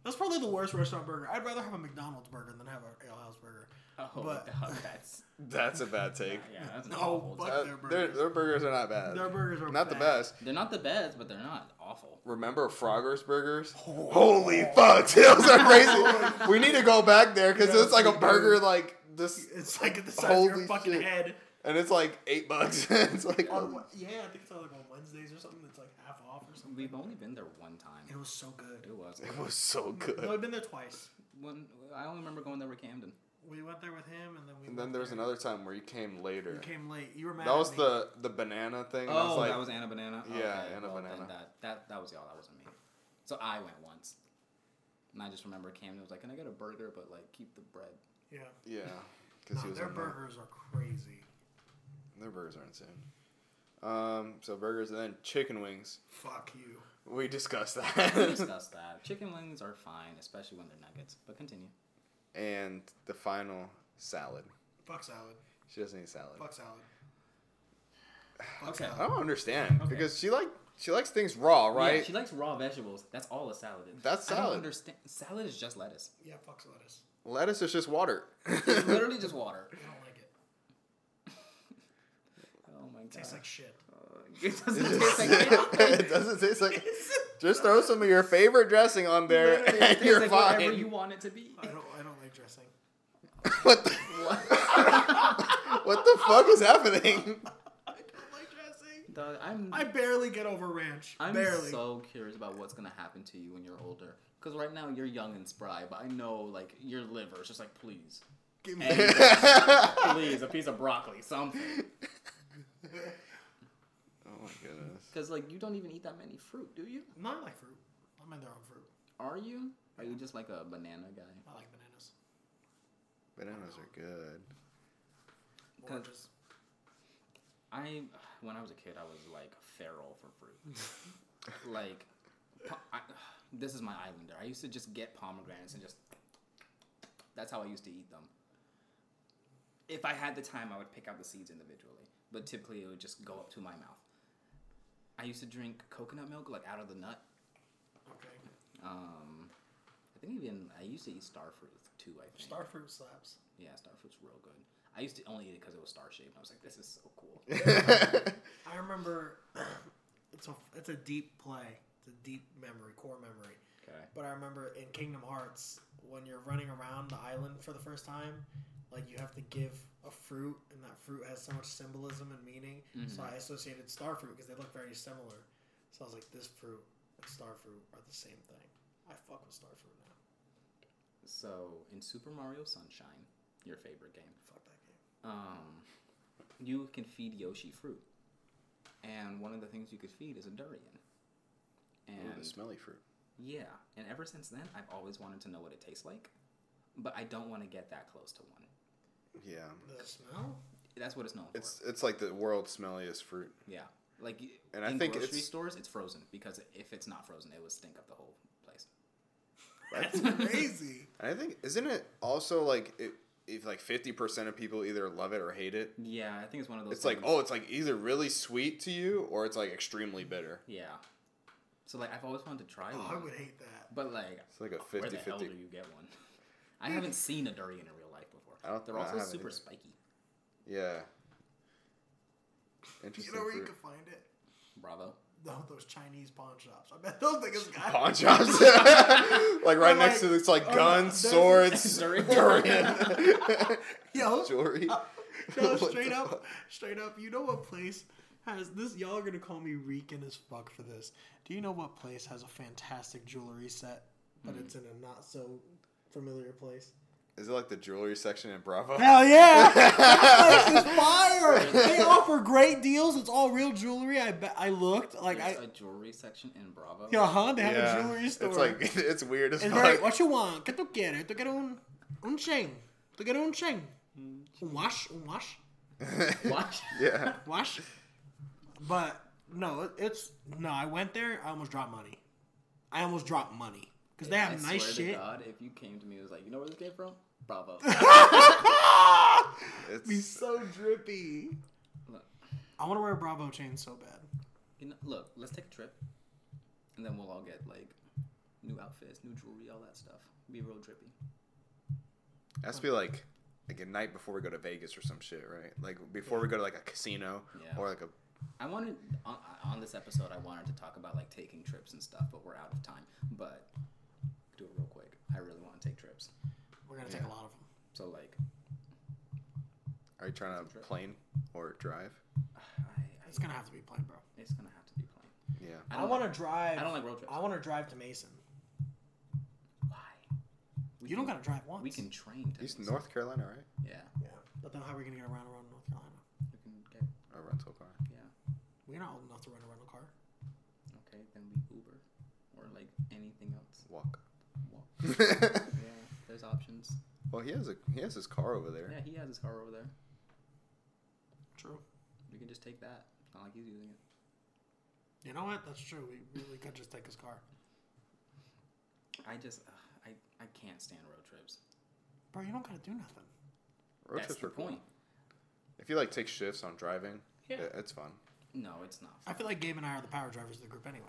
Speaker 3: That's probably the worst restaurant burger. I'd rather have a McDonald's burger than have an alehouse burger.
Speaker 2: Oh,
Speaker 3: But-
Speaker 2: dog, that's
Speaker 4: That's a bad take.
Speaker 2: yeah, that's an
Speaker 3: No,
Speaker 2: awful.
Speaker 3: but-
Speaker 2: take.
Speaker 4: Uh,
Speaker 3: Their burgers.
Speaker 4: their, their burgers are not bad.
Speaker 3: Their burgers are
Speaker 4: Uh, not the best.
Speaker 2: They're not the best, but they're not awful.
Speaker 4: Remember Frogger's Burgers? Holy fuck, those are crazy. we need to go back there because
Speaker 3: Yeah,
Speaker 4: it's like a
Speaker 3: we do.
Speaker 4: burger like this,
Speaker 3: It's like at the size of
Speaker 4: Holy
Speaker 3: your fucking
Speaker 4: shit.
Speaker 3: head.
Speaker 4: and it's like eight bucks. it's like oh,
Speaker 3: On, yeah, I think it's on like on Wednesdays or something. It's like half off or something.
Speaker 2: We've only been there one
Speaker 3: It
Speaker 2: time.
Speaker 3: was so good.
Speaker 2: It was
Speaker 4: it was so
Speaker 3: No,
Speaker 4: good.
Speaker 3: I've been there twice.
Speaker 2: when I only remember going there with Camden.
Speaker 3: We went there with him, and then we.
Speaker 4: And then
Speaker 3: went
Speaker 4: there was
Speaker 3: there.
Speaker 4: another time where you came later.
Speaker 3: You came late. You were mad.
Speaker 4: that
Speaker 3: at
Speaker 4: was
Speaker 3: me.
Speaker 4: the the banana thing. and I
Speaker 2: Oh,
Speaker 4: was like,
Speaker 2: that was Anna Banana.
Speaker 4: Yeah,
Speaker 2: Okay,
Speaker 4: Anna
Speaker 2: well, then
Speaker 4: Banana.
Speaker 2: That, that that was y'all. That wasn't me. So I went once, and I just remember Camden was like, "Can I get a burger, but like keep the bread?"
Speaker 3: Yeah.
Speaker 4: yeah,
Speaker 3: No,
Speaker 4: because he was
Speaker 3: their
Speaker 4: on that.
Speaker 3: burgers are crazy.
Speaker 4: Their burgers are insane. Um, so burgers and then chicken wings.
Speaker 3: Fuck you.
Speaker 4: We discussed
Speaker 2: We
Speaker 4: that.
Speaker 2: discussed that. Chicken wings are fine, especially when they're nuggets. But continue.
Speaker 4: and the final salad.
Speaker 3: Fuck salad.
Speaker 4: She doesn't eat salad.
Speaker 3: Fuck salad. Fuck
Speaker 2: Okay.
Speaker 4: I
Speaker 3: salad.
Speaker 4: don't understand
Speaker 2: Okay.
Speaker 4: because she like she likes things raw, right?
Speaker 2: Yeah, she likes raw vegetables. That's all a salad is.
Speaker 4: That's
Speaker 2: I
Speaker 4: salad.
Speaker 2: don't understand. Salad is just lettuce.
Speaker 3: Yeah, fuck lettuce.
Speaker 4: Lettuce is just water.
Speaker 2: It's literally just water.
Speaker 3: I don't like it.
Speaker 2: Oh my god.
Speaker 3: Tastes like shit.
Speaker 2: it doesn't taste like
Speaker 4: it doesn't taste like. Just throw some of your favorite dressing on there,
Speaker 2: Literally, it
Speaker 4: and
Speaker 2: tastes
Speaker 4: you're
Speaker 2: like whatever
Speaker 4: fine.
Speaker 2: you want it to be.
Speaker 3: I don't. I don't like dressing.
Speaker 4: what, the, what the fuck is happening?
Speaker 3: I don't like dressing.
Speaker 2: Dog, I'm
Speaker 3: I barely get over ranch.
Speaker 2: I'm
Speaker 3: barely.
Speaker 2: so curious about what's gonna happen to you when you're older. Because right now you're young and spry, but I know like your liver is just like please,
Speaker 3: Give me.
Speaker 2: And- please a piece of broccoli, something.
Speaker 4: Oh my goodness.
Speaker 2: Because like you don't even eat that many fruit, do you?
Speaker 3: no, I like fruit. I'm in their own fruit.
Speaker 2: Are you? Are you just like a banana guy?
Speaker 3: I like bananas.
Speaker 4: Bananas are good.
Speaker 2: Kinda-
Speaker 3: Oranges.
Speaker 2: I when I was a kid, I was like feral for fruit. like, po- I, this is my islander. I used to just get pomegranates and just. That's how I used to eat them. If I had the time, I would pick out the seeds individually, but typically it would just go up to my mouth. I used to drink coconut milk like out of the nut.
Speaker 3: Okay.
Speaker 2: Um, I think even I used to eat star fruit too. I think
Speaker 3: Star fruit slaps.
Speaker 2: yeah, star fruit's real good. I used to only eat it because it was star shaped. I was like, this is so cool.
Speaker 3: I remember. It's a it's a deep play. It's a deep memory, core memory.
Speaker 2: Okay.
Speaker 3: But I remember in Kingdom Hearts when you're running around the island for the first time, like you have to give a fruit, and that fruit has so much symbolism and meaning. So I associated star fruit because they look very similar. So I was like, this fruit and star fruit are the same thing. I fuck with star fruit now.
Speaker 2: So in Super Mario Sunshine, your favorite game,
Speaker 3: Fuck that game.
Speaker 2: um, you can feed Yoshi fruit, and one of the things you could feed is a durian.
Speaker 4: Ooh, the
Speaker 2: And
Speaker 4: smelly fruit.
Speaker 2: yeah, and ever since then, I've always wanted to know what it tastes like, but I don't want to get that close to one.
Speaker 4: Yeah.
Speaker 3: The smell?
Speaker 2: That's what it's known
Speaker 4: It's
Speaker 2: for.
Speaker 4: it's like the world's smelliest fruit.
Speaker 2: Yeah, like y-
Speaker 4: And I
Speaker 2: in
Speaker 4: think
Speaker 2: grocery
Speaker 4: it's-
Speaker 2: stores, it's frozen because if it's not frozen, it would stink up the whole place.
Speaker 3: That's crazy.
Speaker 4: And I think isn't it also like it, if like fifty percent of people either love it or hate it.
Speaker 2: Yeah, I think it's one of those.
Speaker 4: It's like
Speaker 2: things-
Speaker 4: oh, it's like either really sweet to you or it's like extremely bitter.
Speaker 2: oh, yeah. So like, I've always wanted to try
Speaker 3: Oh,
Speaker 2: one,
Speaker 3: I would hate that.
Speaker 2: but like,
Speaker 4: It's like a
Speaker 2: Where the hell
Speaker 4: 50-50.
Speaker 2: do you get one? I haven't seen a durian in real life before.
Speaker 4: I don't-
Speaker 2: They're
Speaker 4: I
Speaker 2: also
Speaker 4: haven't
Speaker 2: super
Speaker 4: either.
Speaker 2: spiky.
Speaker 4: Yeah.
Speaker 3: You
Speaker 4: Interesting.
Speaker 3: know where you
Speaker 4: fruit.
Speaker 3: can find it?
Speaker 2: Bravo.
Speaker 3: No, those Chinese pawn shops. I bet those niggas got
Speaker 4: Pawn
Speaker 3: it.
Speaker 4: shops, like right
Speaker 3: Or,
Speaker 4: next
Speaker 3: like, oh,
Speaker 4: to it's like
Speaker 3: or,
Speaker 4: guns,
Speaker 3: there's-
Speaker 4: swords,
Speaker 2: Durian.
Speaker 4: durian,
Speaker 3: Yo, Uh,
Speaker 4: jewelry.
Speaker 3: yo,
Speaker 4: What the
Speaker 3: straight
Speaker 4: fuck?
Speaker 3: up, straight up. You know what place has this? Y'all are gonna call me Rican as fuck for this. Do you know what Hmm. place has a fantastic jewelry set, but it's in a not so familiar place?
Speaker 4: Is it like the jewelry section in Bravo?
Speaker 3: Hell yeah! That place is fire. They offer great deals. It's all real jewelry. I bet I looked like
Speaker 2: There's
Speaker 3: I.
Speaker 2: a jewelry section in Bravo.
Speaker 3: Yeah, huh? They have
Speaker 4: Yeah.
Speaker 3: a jewelry store.
Speaker 4: It's like it's weird as
Speaker 3: Es
Speaker 4: fuck.
Speaker 3: very, what you want? ¿Qué tú quieres? ¿Tú quieres un, un chain? ¿Tú quieres un chain?
Speaker 4: Hmm.
Speaker 3: Un wash? Un wash?
Speaker 2: Watch.
Speaker 4: yeah.
Speaker 3: Wash? But no, it- it's no. I went there. I almost dropped money. I almost dropped money because they have
Speaker 2: I
Speaker 3: nice
Speaker 2: swear
Speaker 3: shit.
Speaker 2: To God, if you came to me and was like, you know where this came from? Bravo.
Speaker 4: It's
Speaker 3: so drippy.
Speaker 2: look,
Speaker 3: I want to wear a Bravo chain so bad.
Speaker 2: you know, look, let's take a trip, and then we'll all get like new outfits, new jewelry, all that stuff. Be real drippy.
Speaker 4: it has to be like like a night before we go to Vegas or some shit, right? Like before we go to like a casino
Speaker 2: Yeah.
Speaker 4: or like a
Speaker 2: I wanted on, on this episode. I wanted to talk about like taking trips and stuff, but we're out of time. But do it real quick. I really want to take trips.
Speaker 3: We're gonna
Speaker 4: Yeah.
Speaker 3: take a lot of them.
Speaker 2: So like,
Speaker 4: Are you trying to plane or drive?
Speaker 2: I,
Speaker 3: It's gonna have to be planned, bro.
Speaker 2: I, it's gonna have to be plain.
Speaker 4: Yeah.
Speaker 2: I
Speaker 3: I,
Speaker 2: don't
Speaker 3: want
Speaker 2: like-
Speaker 3: to drive.
Speaker 2: I don't like road trips.
Speaker 3: I want to drive to Mason.
Speaker 2: Why? We
Speaker 3: you don't
Speaker 2: can-
Speaker 3: gotta drive once.
Speaker 2: We can train. To
Speaker 4: He's
Speaker 2: these.
Speaker 4: North Carolina, right?
Speaker 2: Yeah.
Speaker 3: Yeah. But then how are we gonna get around around North Carolina?
Speaker 2: We can get.
Speaker 4: A rental car.
Speaker 2: Yeah.
Speaker 3: We're not old enough to run a rental car.
Speaker 2: Okay, then we Uber or like anything else.
Speaker 4: Walk.
Speaker 2: Walk. Yeah, there's options.
Speaker 4: well, he has a he has his car over there.
Speaker 2: Yeah, he has his car over there.
Speaker 3: True.
Speaker 2: We can just take that. It's not like he's using it.
Speaker 3: You know what? That's true. We really could just take his car.
Speaker 2: I just, ugh, I, I can't stand road trips.
Speaker 3: Bro, you don't gotta do nothing.
Speaker 4: Road
Speaker 2: That's
Speaker 4: trips
Speaker 2: the
Speaker 4: are cool.
Speaker 2: point.
Speaker 4: If you like take shifts on driving,
Speaker 2: Yeah.
Speaker 4: it- it's fun.
Speaker 2: No, it's not.
Speaker 3: I feel like Gabe and I are the power drivers of the group anyway.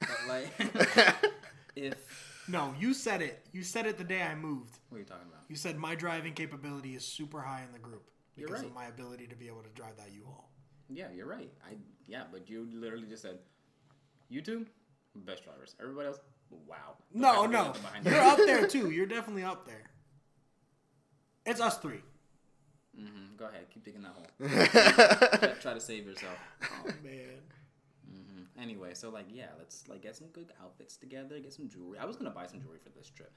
Speaker 2: But like, if
Speaker 3: No, you said it. You said it the day I moved.
Speaker 2: what are you talking about?
Speaker 3: You said my driving capability is super high in the group
Speaker 2: You're
Speaker 3: because
Speaker 2: right.
Speaker 3: of my ability to be able to drive that U-Haul.
Speaker 2: Yeah, you're right. I yeah, but you literally just said, you two, best drivers. Everybody else, wow. Those guys
Speaker 3: No,
Speaker 2: are doing
Speaker 3: no.
Speaker 2: nothing behind you.
Speaker 3: You're up there too. You're definitely up there. It's us three.
Speaker 2: Mhm, Go ahead, keep digging that hole. try, try to save yourself. Oh.
Speaker 3: Man.
Speaker 2: Anyway, so like yeah, let's like get some good outfits together, get some jewelry. I was gonna buy some jewelry for this trip.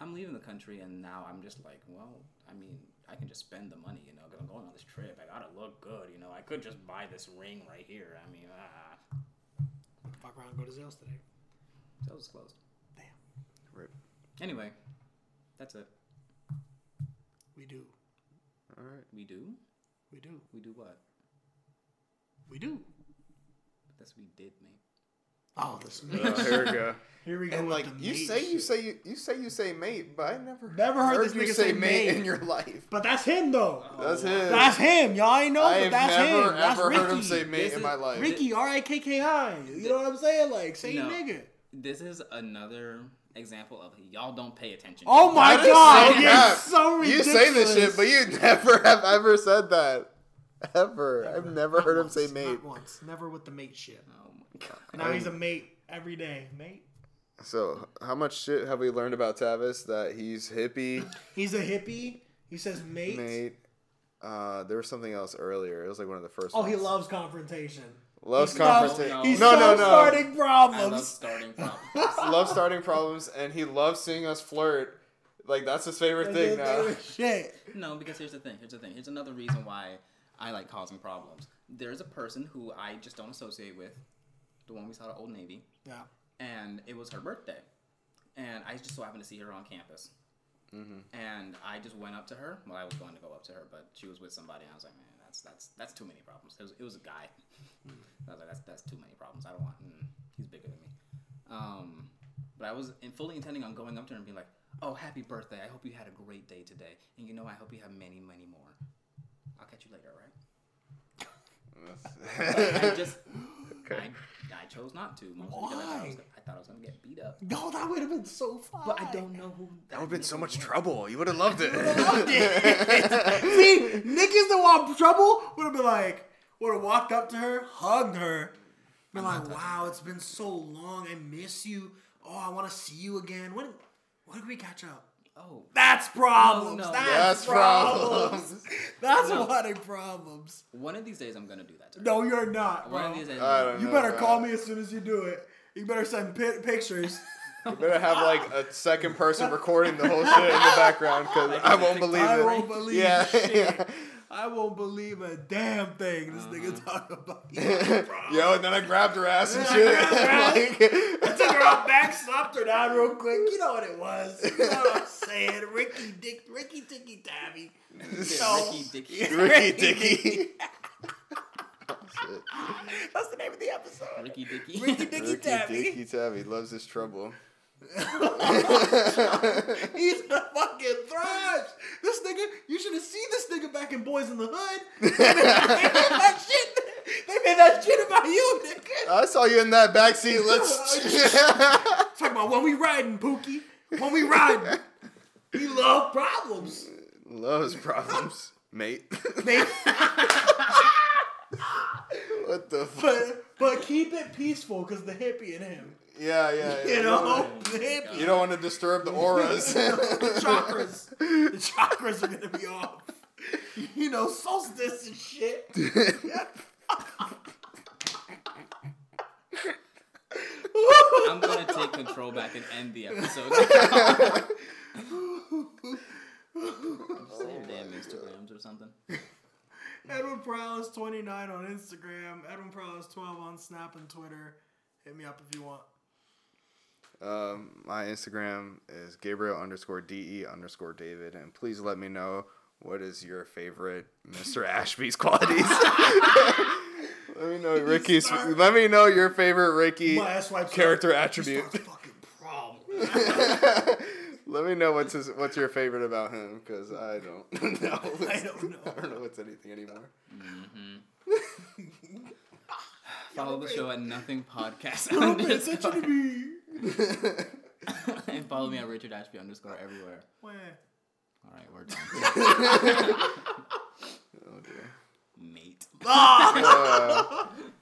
Speaker 2: I'm leaving the country and now I'm just like, well, I mean, I can just spend the money, you know, 'cause I'm going on this trip. I gotta look good, you know. I could just buy this ring right here. I mean, ah,
Speaker 3: Fuck around and go to Zales today.
Speaker 2: sales is closed.
Speaker 3: Damn.
Speaker 4: Rip.
Speaker 2: Anyway, that's it.
Speaker 3: We do.
Speaker 4: All right.
Speaker 2: We do,
Speaker 3: We do.
Speaker 2: we do what?
Speaker 3: We do.
Speaker 2: That's we did, mate.
Speaker 3: Oh, this
Speaker 4: Uh, here we go.
Speaker 3: Here we go.
Speaker 4: And
Speaker 3: with
Speaker 4: like
Speaker 3: the
Speaker 4: you
Speaker 3: mate
Speaker 4: say, you
Speaker 3: shit.
Speaker 4: say you, you say you say mate, but I never
Speaker 3: Never heard this nigga say mate.
Speaker 4: in your life.
Speaker 3: But that's him though.
Speaker 4: That's it.
Speaker 3: That's him. Y'all ain't know,
Speaker 4: Oh. I
Speaker 3: but
Speaker 4: have
Speaker 3: that's
Speaker 4: never
Speaker 3: him. That's
Speaker 4: ever
Speaker 3: Ricky.
Speaker 4: heard him say mate
Speaker 2: This
Speaker 4: in
Speaker 2: is-
Speaker 4: my life.
Speaker 3: Ricky, R I K K I. You know what I'm saying? Like, say
Speaker 2: No.
Speaker 3: nigga.
Speaker 2: This is another example of y'all don't pay attention.
Speaker 3: Oh my
Speaker 4: That is
Speaker 3: god,
Speaker 4: so
Speaker 3: you're
Speaker 4: crap.
Speaker 3: so
Speaker 4: You
Speaker 3: ridiculous.
Speaker 4: say this shit, but you never have ever said that. Ever. I've never
Speaker 3: Not
Speaker 4: heard him
Speaker 3: once,
Speaker 4: say
Speaker 3: not
Speaker 4: mate.
Speaker 3: once. Never with the mate shit.
Speaker 2: Oh my god.
Speaker 3: Now he's a mate every day, mate.
Speaker 4: So, how much shit have we learned about Tavis that he's hippie,
Speaker 3: He's a hippie. He says mate.
Speaker 4: mate? Uh, there was something else earlier. It was like one of the first.
Speaker 3: Oh, he
Speaker 4: ones.
Speaker 3: loves confrontation.
Speaker 4: loves
Speaker 3: He
Speaker 4: confrontation.
Speaker 3: loves- He's
Speaker 4: no,
Speaker 3: so
Speaker 4: no, no.
Speaker 3: starting
Speaker 2: I love
Speaker 3: problems.
Speaker 2: starting problems.
Speaker 4: loves starting problems, and he loves seeing us flirt. Like that's his favorite
Speaker 3: That's
Speaker 4: thing
Speaker 3: his
Speaker 4: now.
Speaker 3: favorite Shit.
Speaker 2: No, because here's the thing. Here's the thing. Here's another reason why I like causing problems. There's a person who I just don't associate with, the one we saw at Old Navy,
Speaker 3: Yeah.
Speaker 2: and it was her birthday, and I just so happened to see her on campus, and I just went up to her. Well, I was going to go up to her, but she was with somebody, and I was like, man, that's that's that's too many problems. It was, it was a guy. I was like, that's that's too many problems. I don't want. Mm, he's bigger than me. Um, but I was in fully intending on going up to her and being like, "Oh, happy birthday! I hope you had a great day today, and you know, I hope you have many, many more. I'll catch you later, all right?" I just,
Speaker 4: Okay.
Speaker 2: I, I chose not to. mostly because I, thought I, was
Speaker 3: Why?
Speaker 2: gonna, I thought I was gonna get beat up,
Speaker 3: No, that would have been so fun.
Speaker 2: but I don't know who.
Speaker 4: That would have been so much
Speaker 2: trouble.
Speaker 4: trouble. You would have loved it.
Speaker 3: See, Nick is the one trouble. Would have been like, would have walked up to her, hugged her, been like, "Wow, it's been so long. I miss you. Oh, I want to see you again." What? What did we catch up?
Speaker 2: Oh,
Speaker 3: That's problems.
Speaker 2: No, no.
Speaker 3: That's,
Speaker 4: That's
Speaker 3: problems.
Speaker 4: problems.
Speaker 3: That's a lot of problems.
Speaker 2: one of these days I'm gonna do that. To her.
Speaker 3: No, you're not,
Speaker 2: one
Speaker 3: bro.
Speaker 2: of these days.
Speaker 4: I
Speaker 2: I'm
Speaker 4: don't
Speaker 2: gonna-
Speaker 4: know.
Speaker 3: You better
Speaker 4: man.
Speaker 3: call me as soon as you do it. You better send pi- pictures.
Speaker 4: You better have like a second person recording the whole shit in the background because I won't believe
Speaker 3: I
Speaker 4: it.
Speaker 3: won't believe
Speaker 4: yeah.
Speaker 3: shit. I won't believe a damn thing
Speaker 2: Uh-huh.
Speaker 3: this nigga talking about.
Speaker 4: Yo, and then I grabbed her ass and
Speaker 3: Yeah, I
Speaker 4: shit.
Speaker 3: grabbed
Speaker 4: Like-
Speaker 3: Took her off back, slapped her down real quick. You know what it was. You know what I'm saying? Ricky Dick, Ricky Ticky Tabby. So,
Speaker 2: Ricky Dicky.
Speaker 4: Ricky Dicky. Shit.
Speaker 3: That's the name of the episode.
Speaker 2: Ricky Dicky.
Speaker 3: Ricky Dicky
Speaker 4: Ricky
Speaker 3: Tabby.
Speaker 4: Dicky Tabby loves his trouble.
Speaker 3: He's the fucking thrash. This nigga, you should have seen this nigga back in Boys in the Hood. they made that shit. They made that shit about you, nigga.
Speaker 4: I saw you in that backseat. Let's.
Speaker 3: Talking about when we riding, Pookie. When we riding. We love problems.
Speaker 4: Loves problems, mate.
Speaker 3: They,
Speaker 4: what the fuck?
Speaker 3: but but keep it peaceful because the hippie in him.
Speaker 4: Yeah, yeah. yeah.
Speaker 3: You know? The hippie.
Speaker 4: You don't want to disturb the auras.
Speaker 3: the chakras. The chakras are gonna be off. You know, solstice and shit.
Speaker 2: I'm gonna take control back and end the episode. Say your
Speaker 4: Oh
Speaker 2: damn Instagrams or something.
Speaker 3: Edwin Prowlis 29 on Instagram, Edwin Prowlis 12 on Snap and Twitter. Hit me up if you want.
Speaker 4: Um, my Instagram is Gabriel underscore de underscore David, and please let me know what is your favorite Mr. Ashby's qualities. let me know Ricky's.
Speaker 3: start-
Speaker 4: Let me know your favorite Ricky
Speaker 3: My ass wipes
Speaker 4: character
Speaker 3: up.
Speaker 4: attribute.
Speaker 3: He starts fucking problem.
Speaker 4: let me know what's his, what's your favorite about him, because I don't know.
Speaker 3: I don't know.
Speaker 4: I don't know what's anything anymore.
Speaker 2: Follow the show at Nothing Podcast
Speaker 3: Don't pay attention to
Speaker 2: underscore,
Speaker 3: me.
Speaker 4: Oh,
Speaker 2: and follow me at Richard Ashby underscore everywhere.
Speaker 3: Wah.
Speaker 2: All right, we're done,
Speaker 4: Oh dear.
Speaker 2: mate.
Speaker 3: Ah!
Speaker 4: Uh,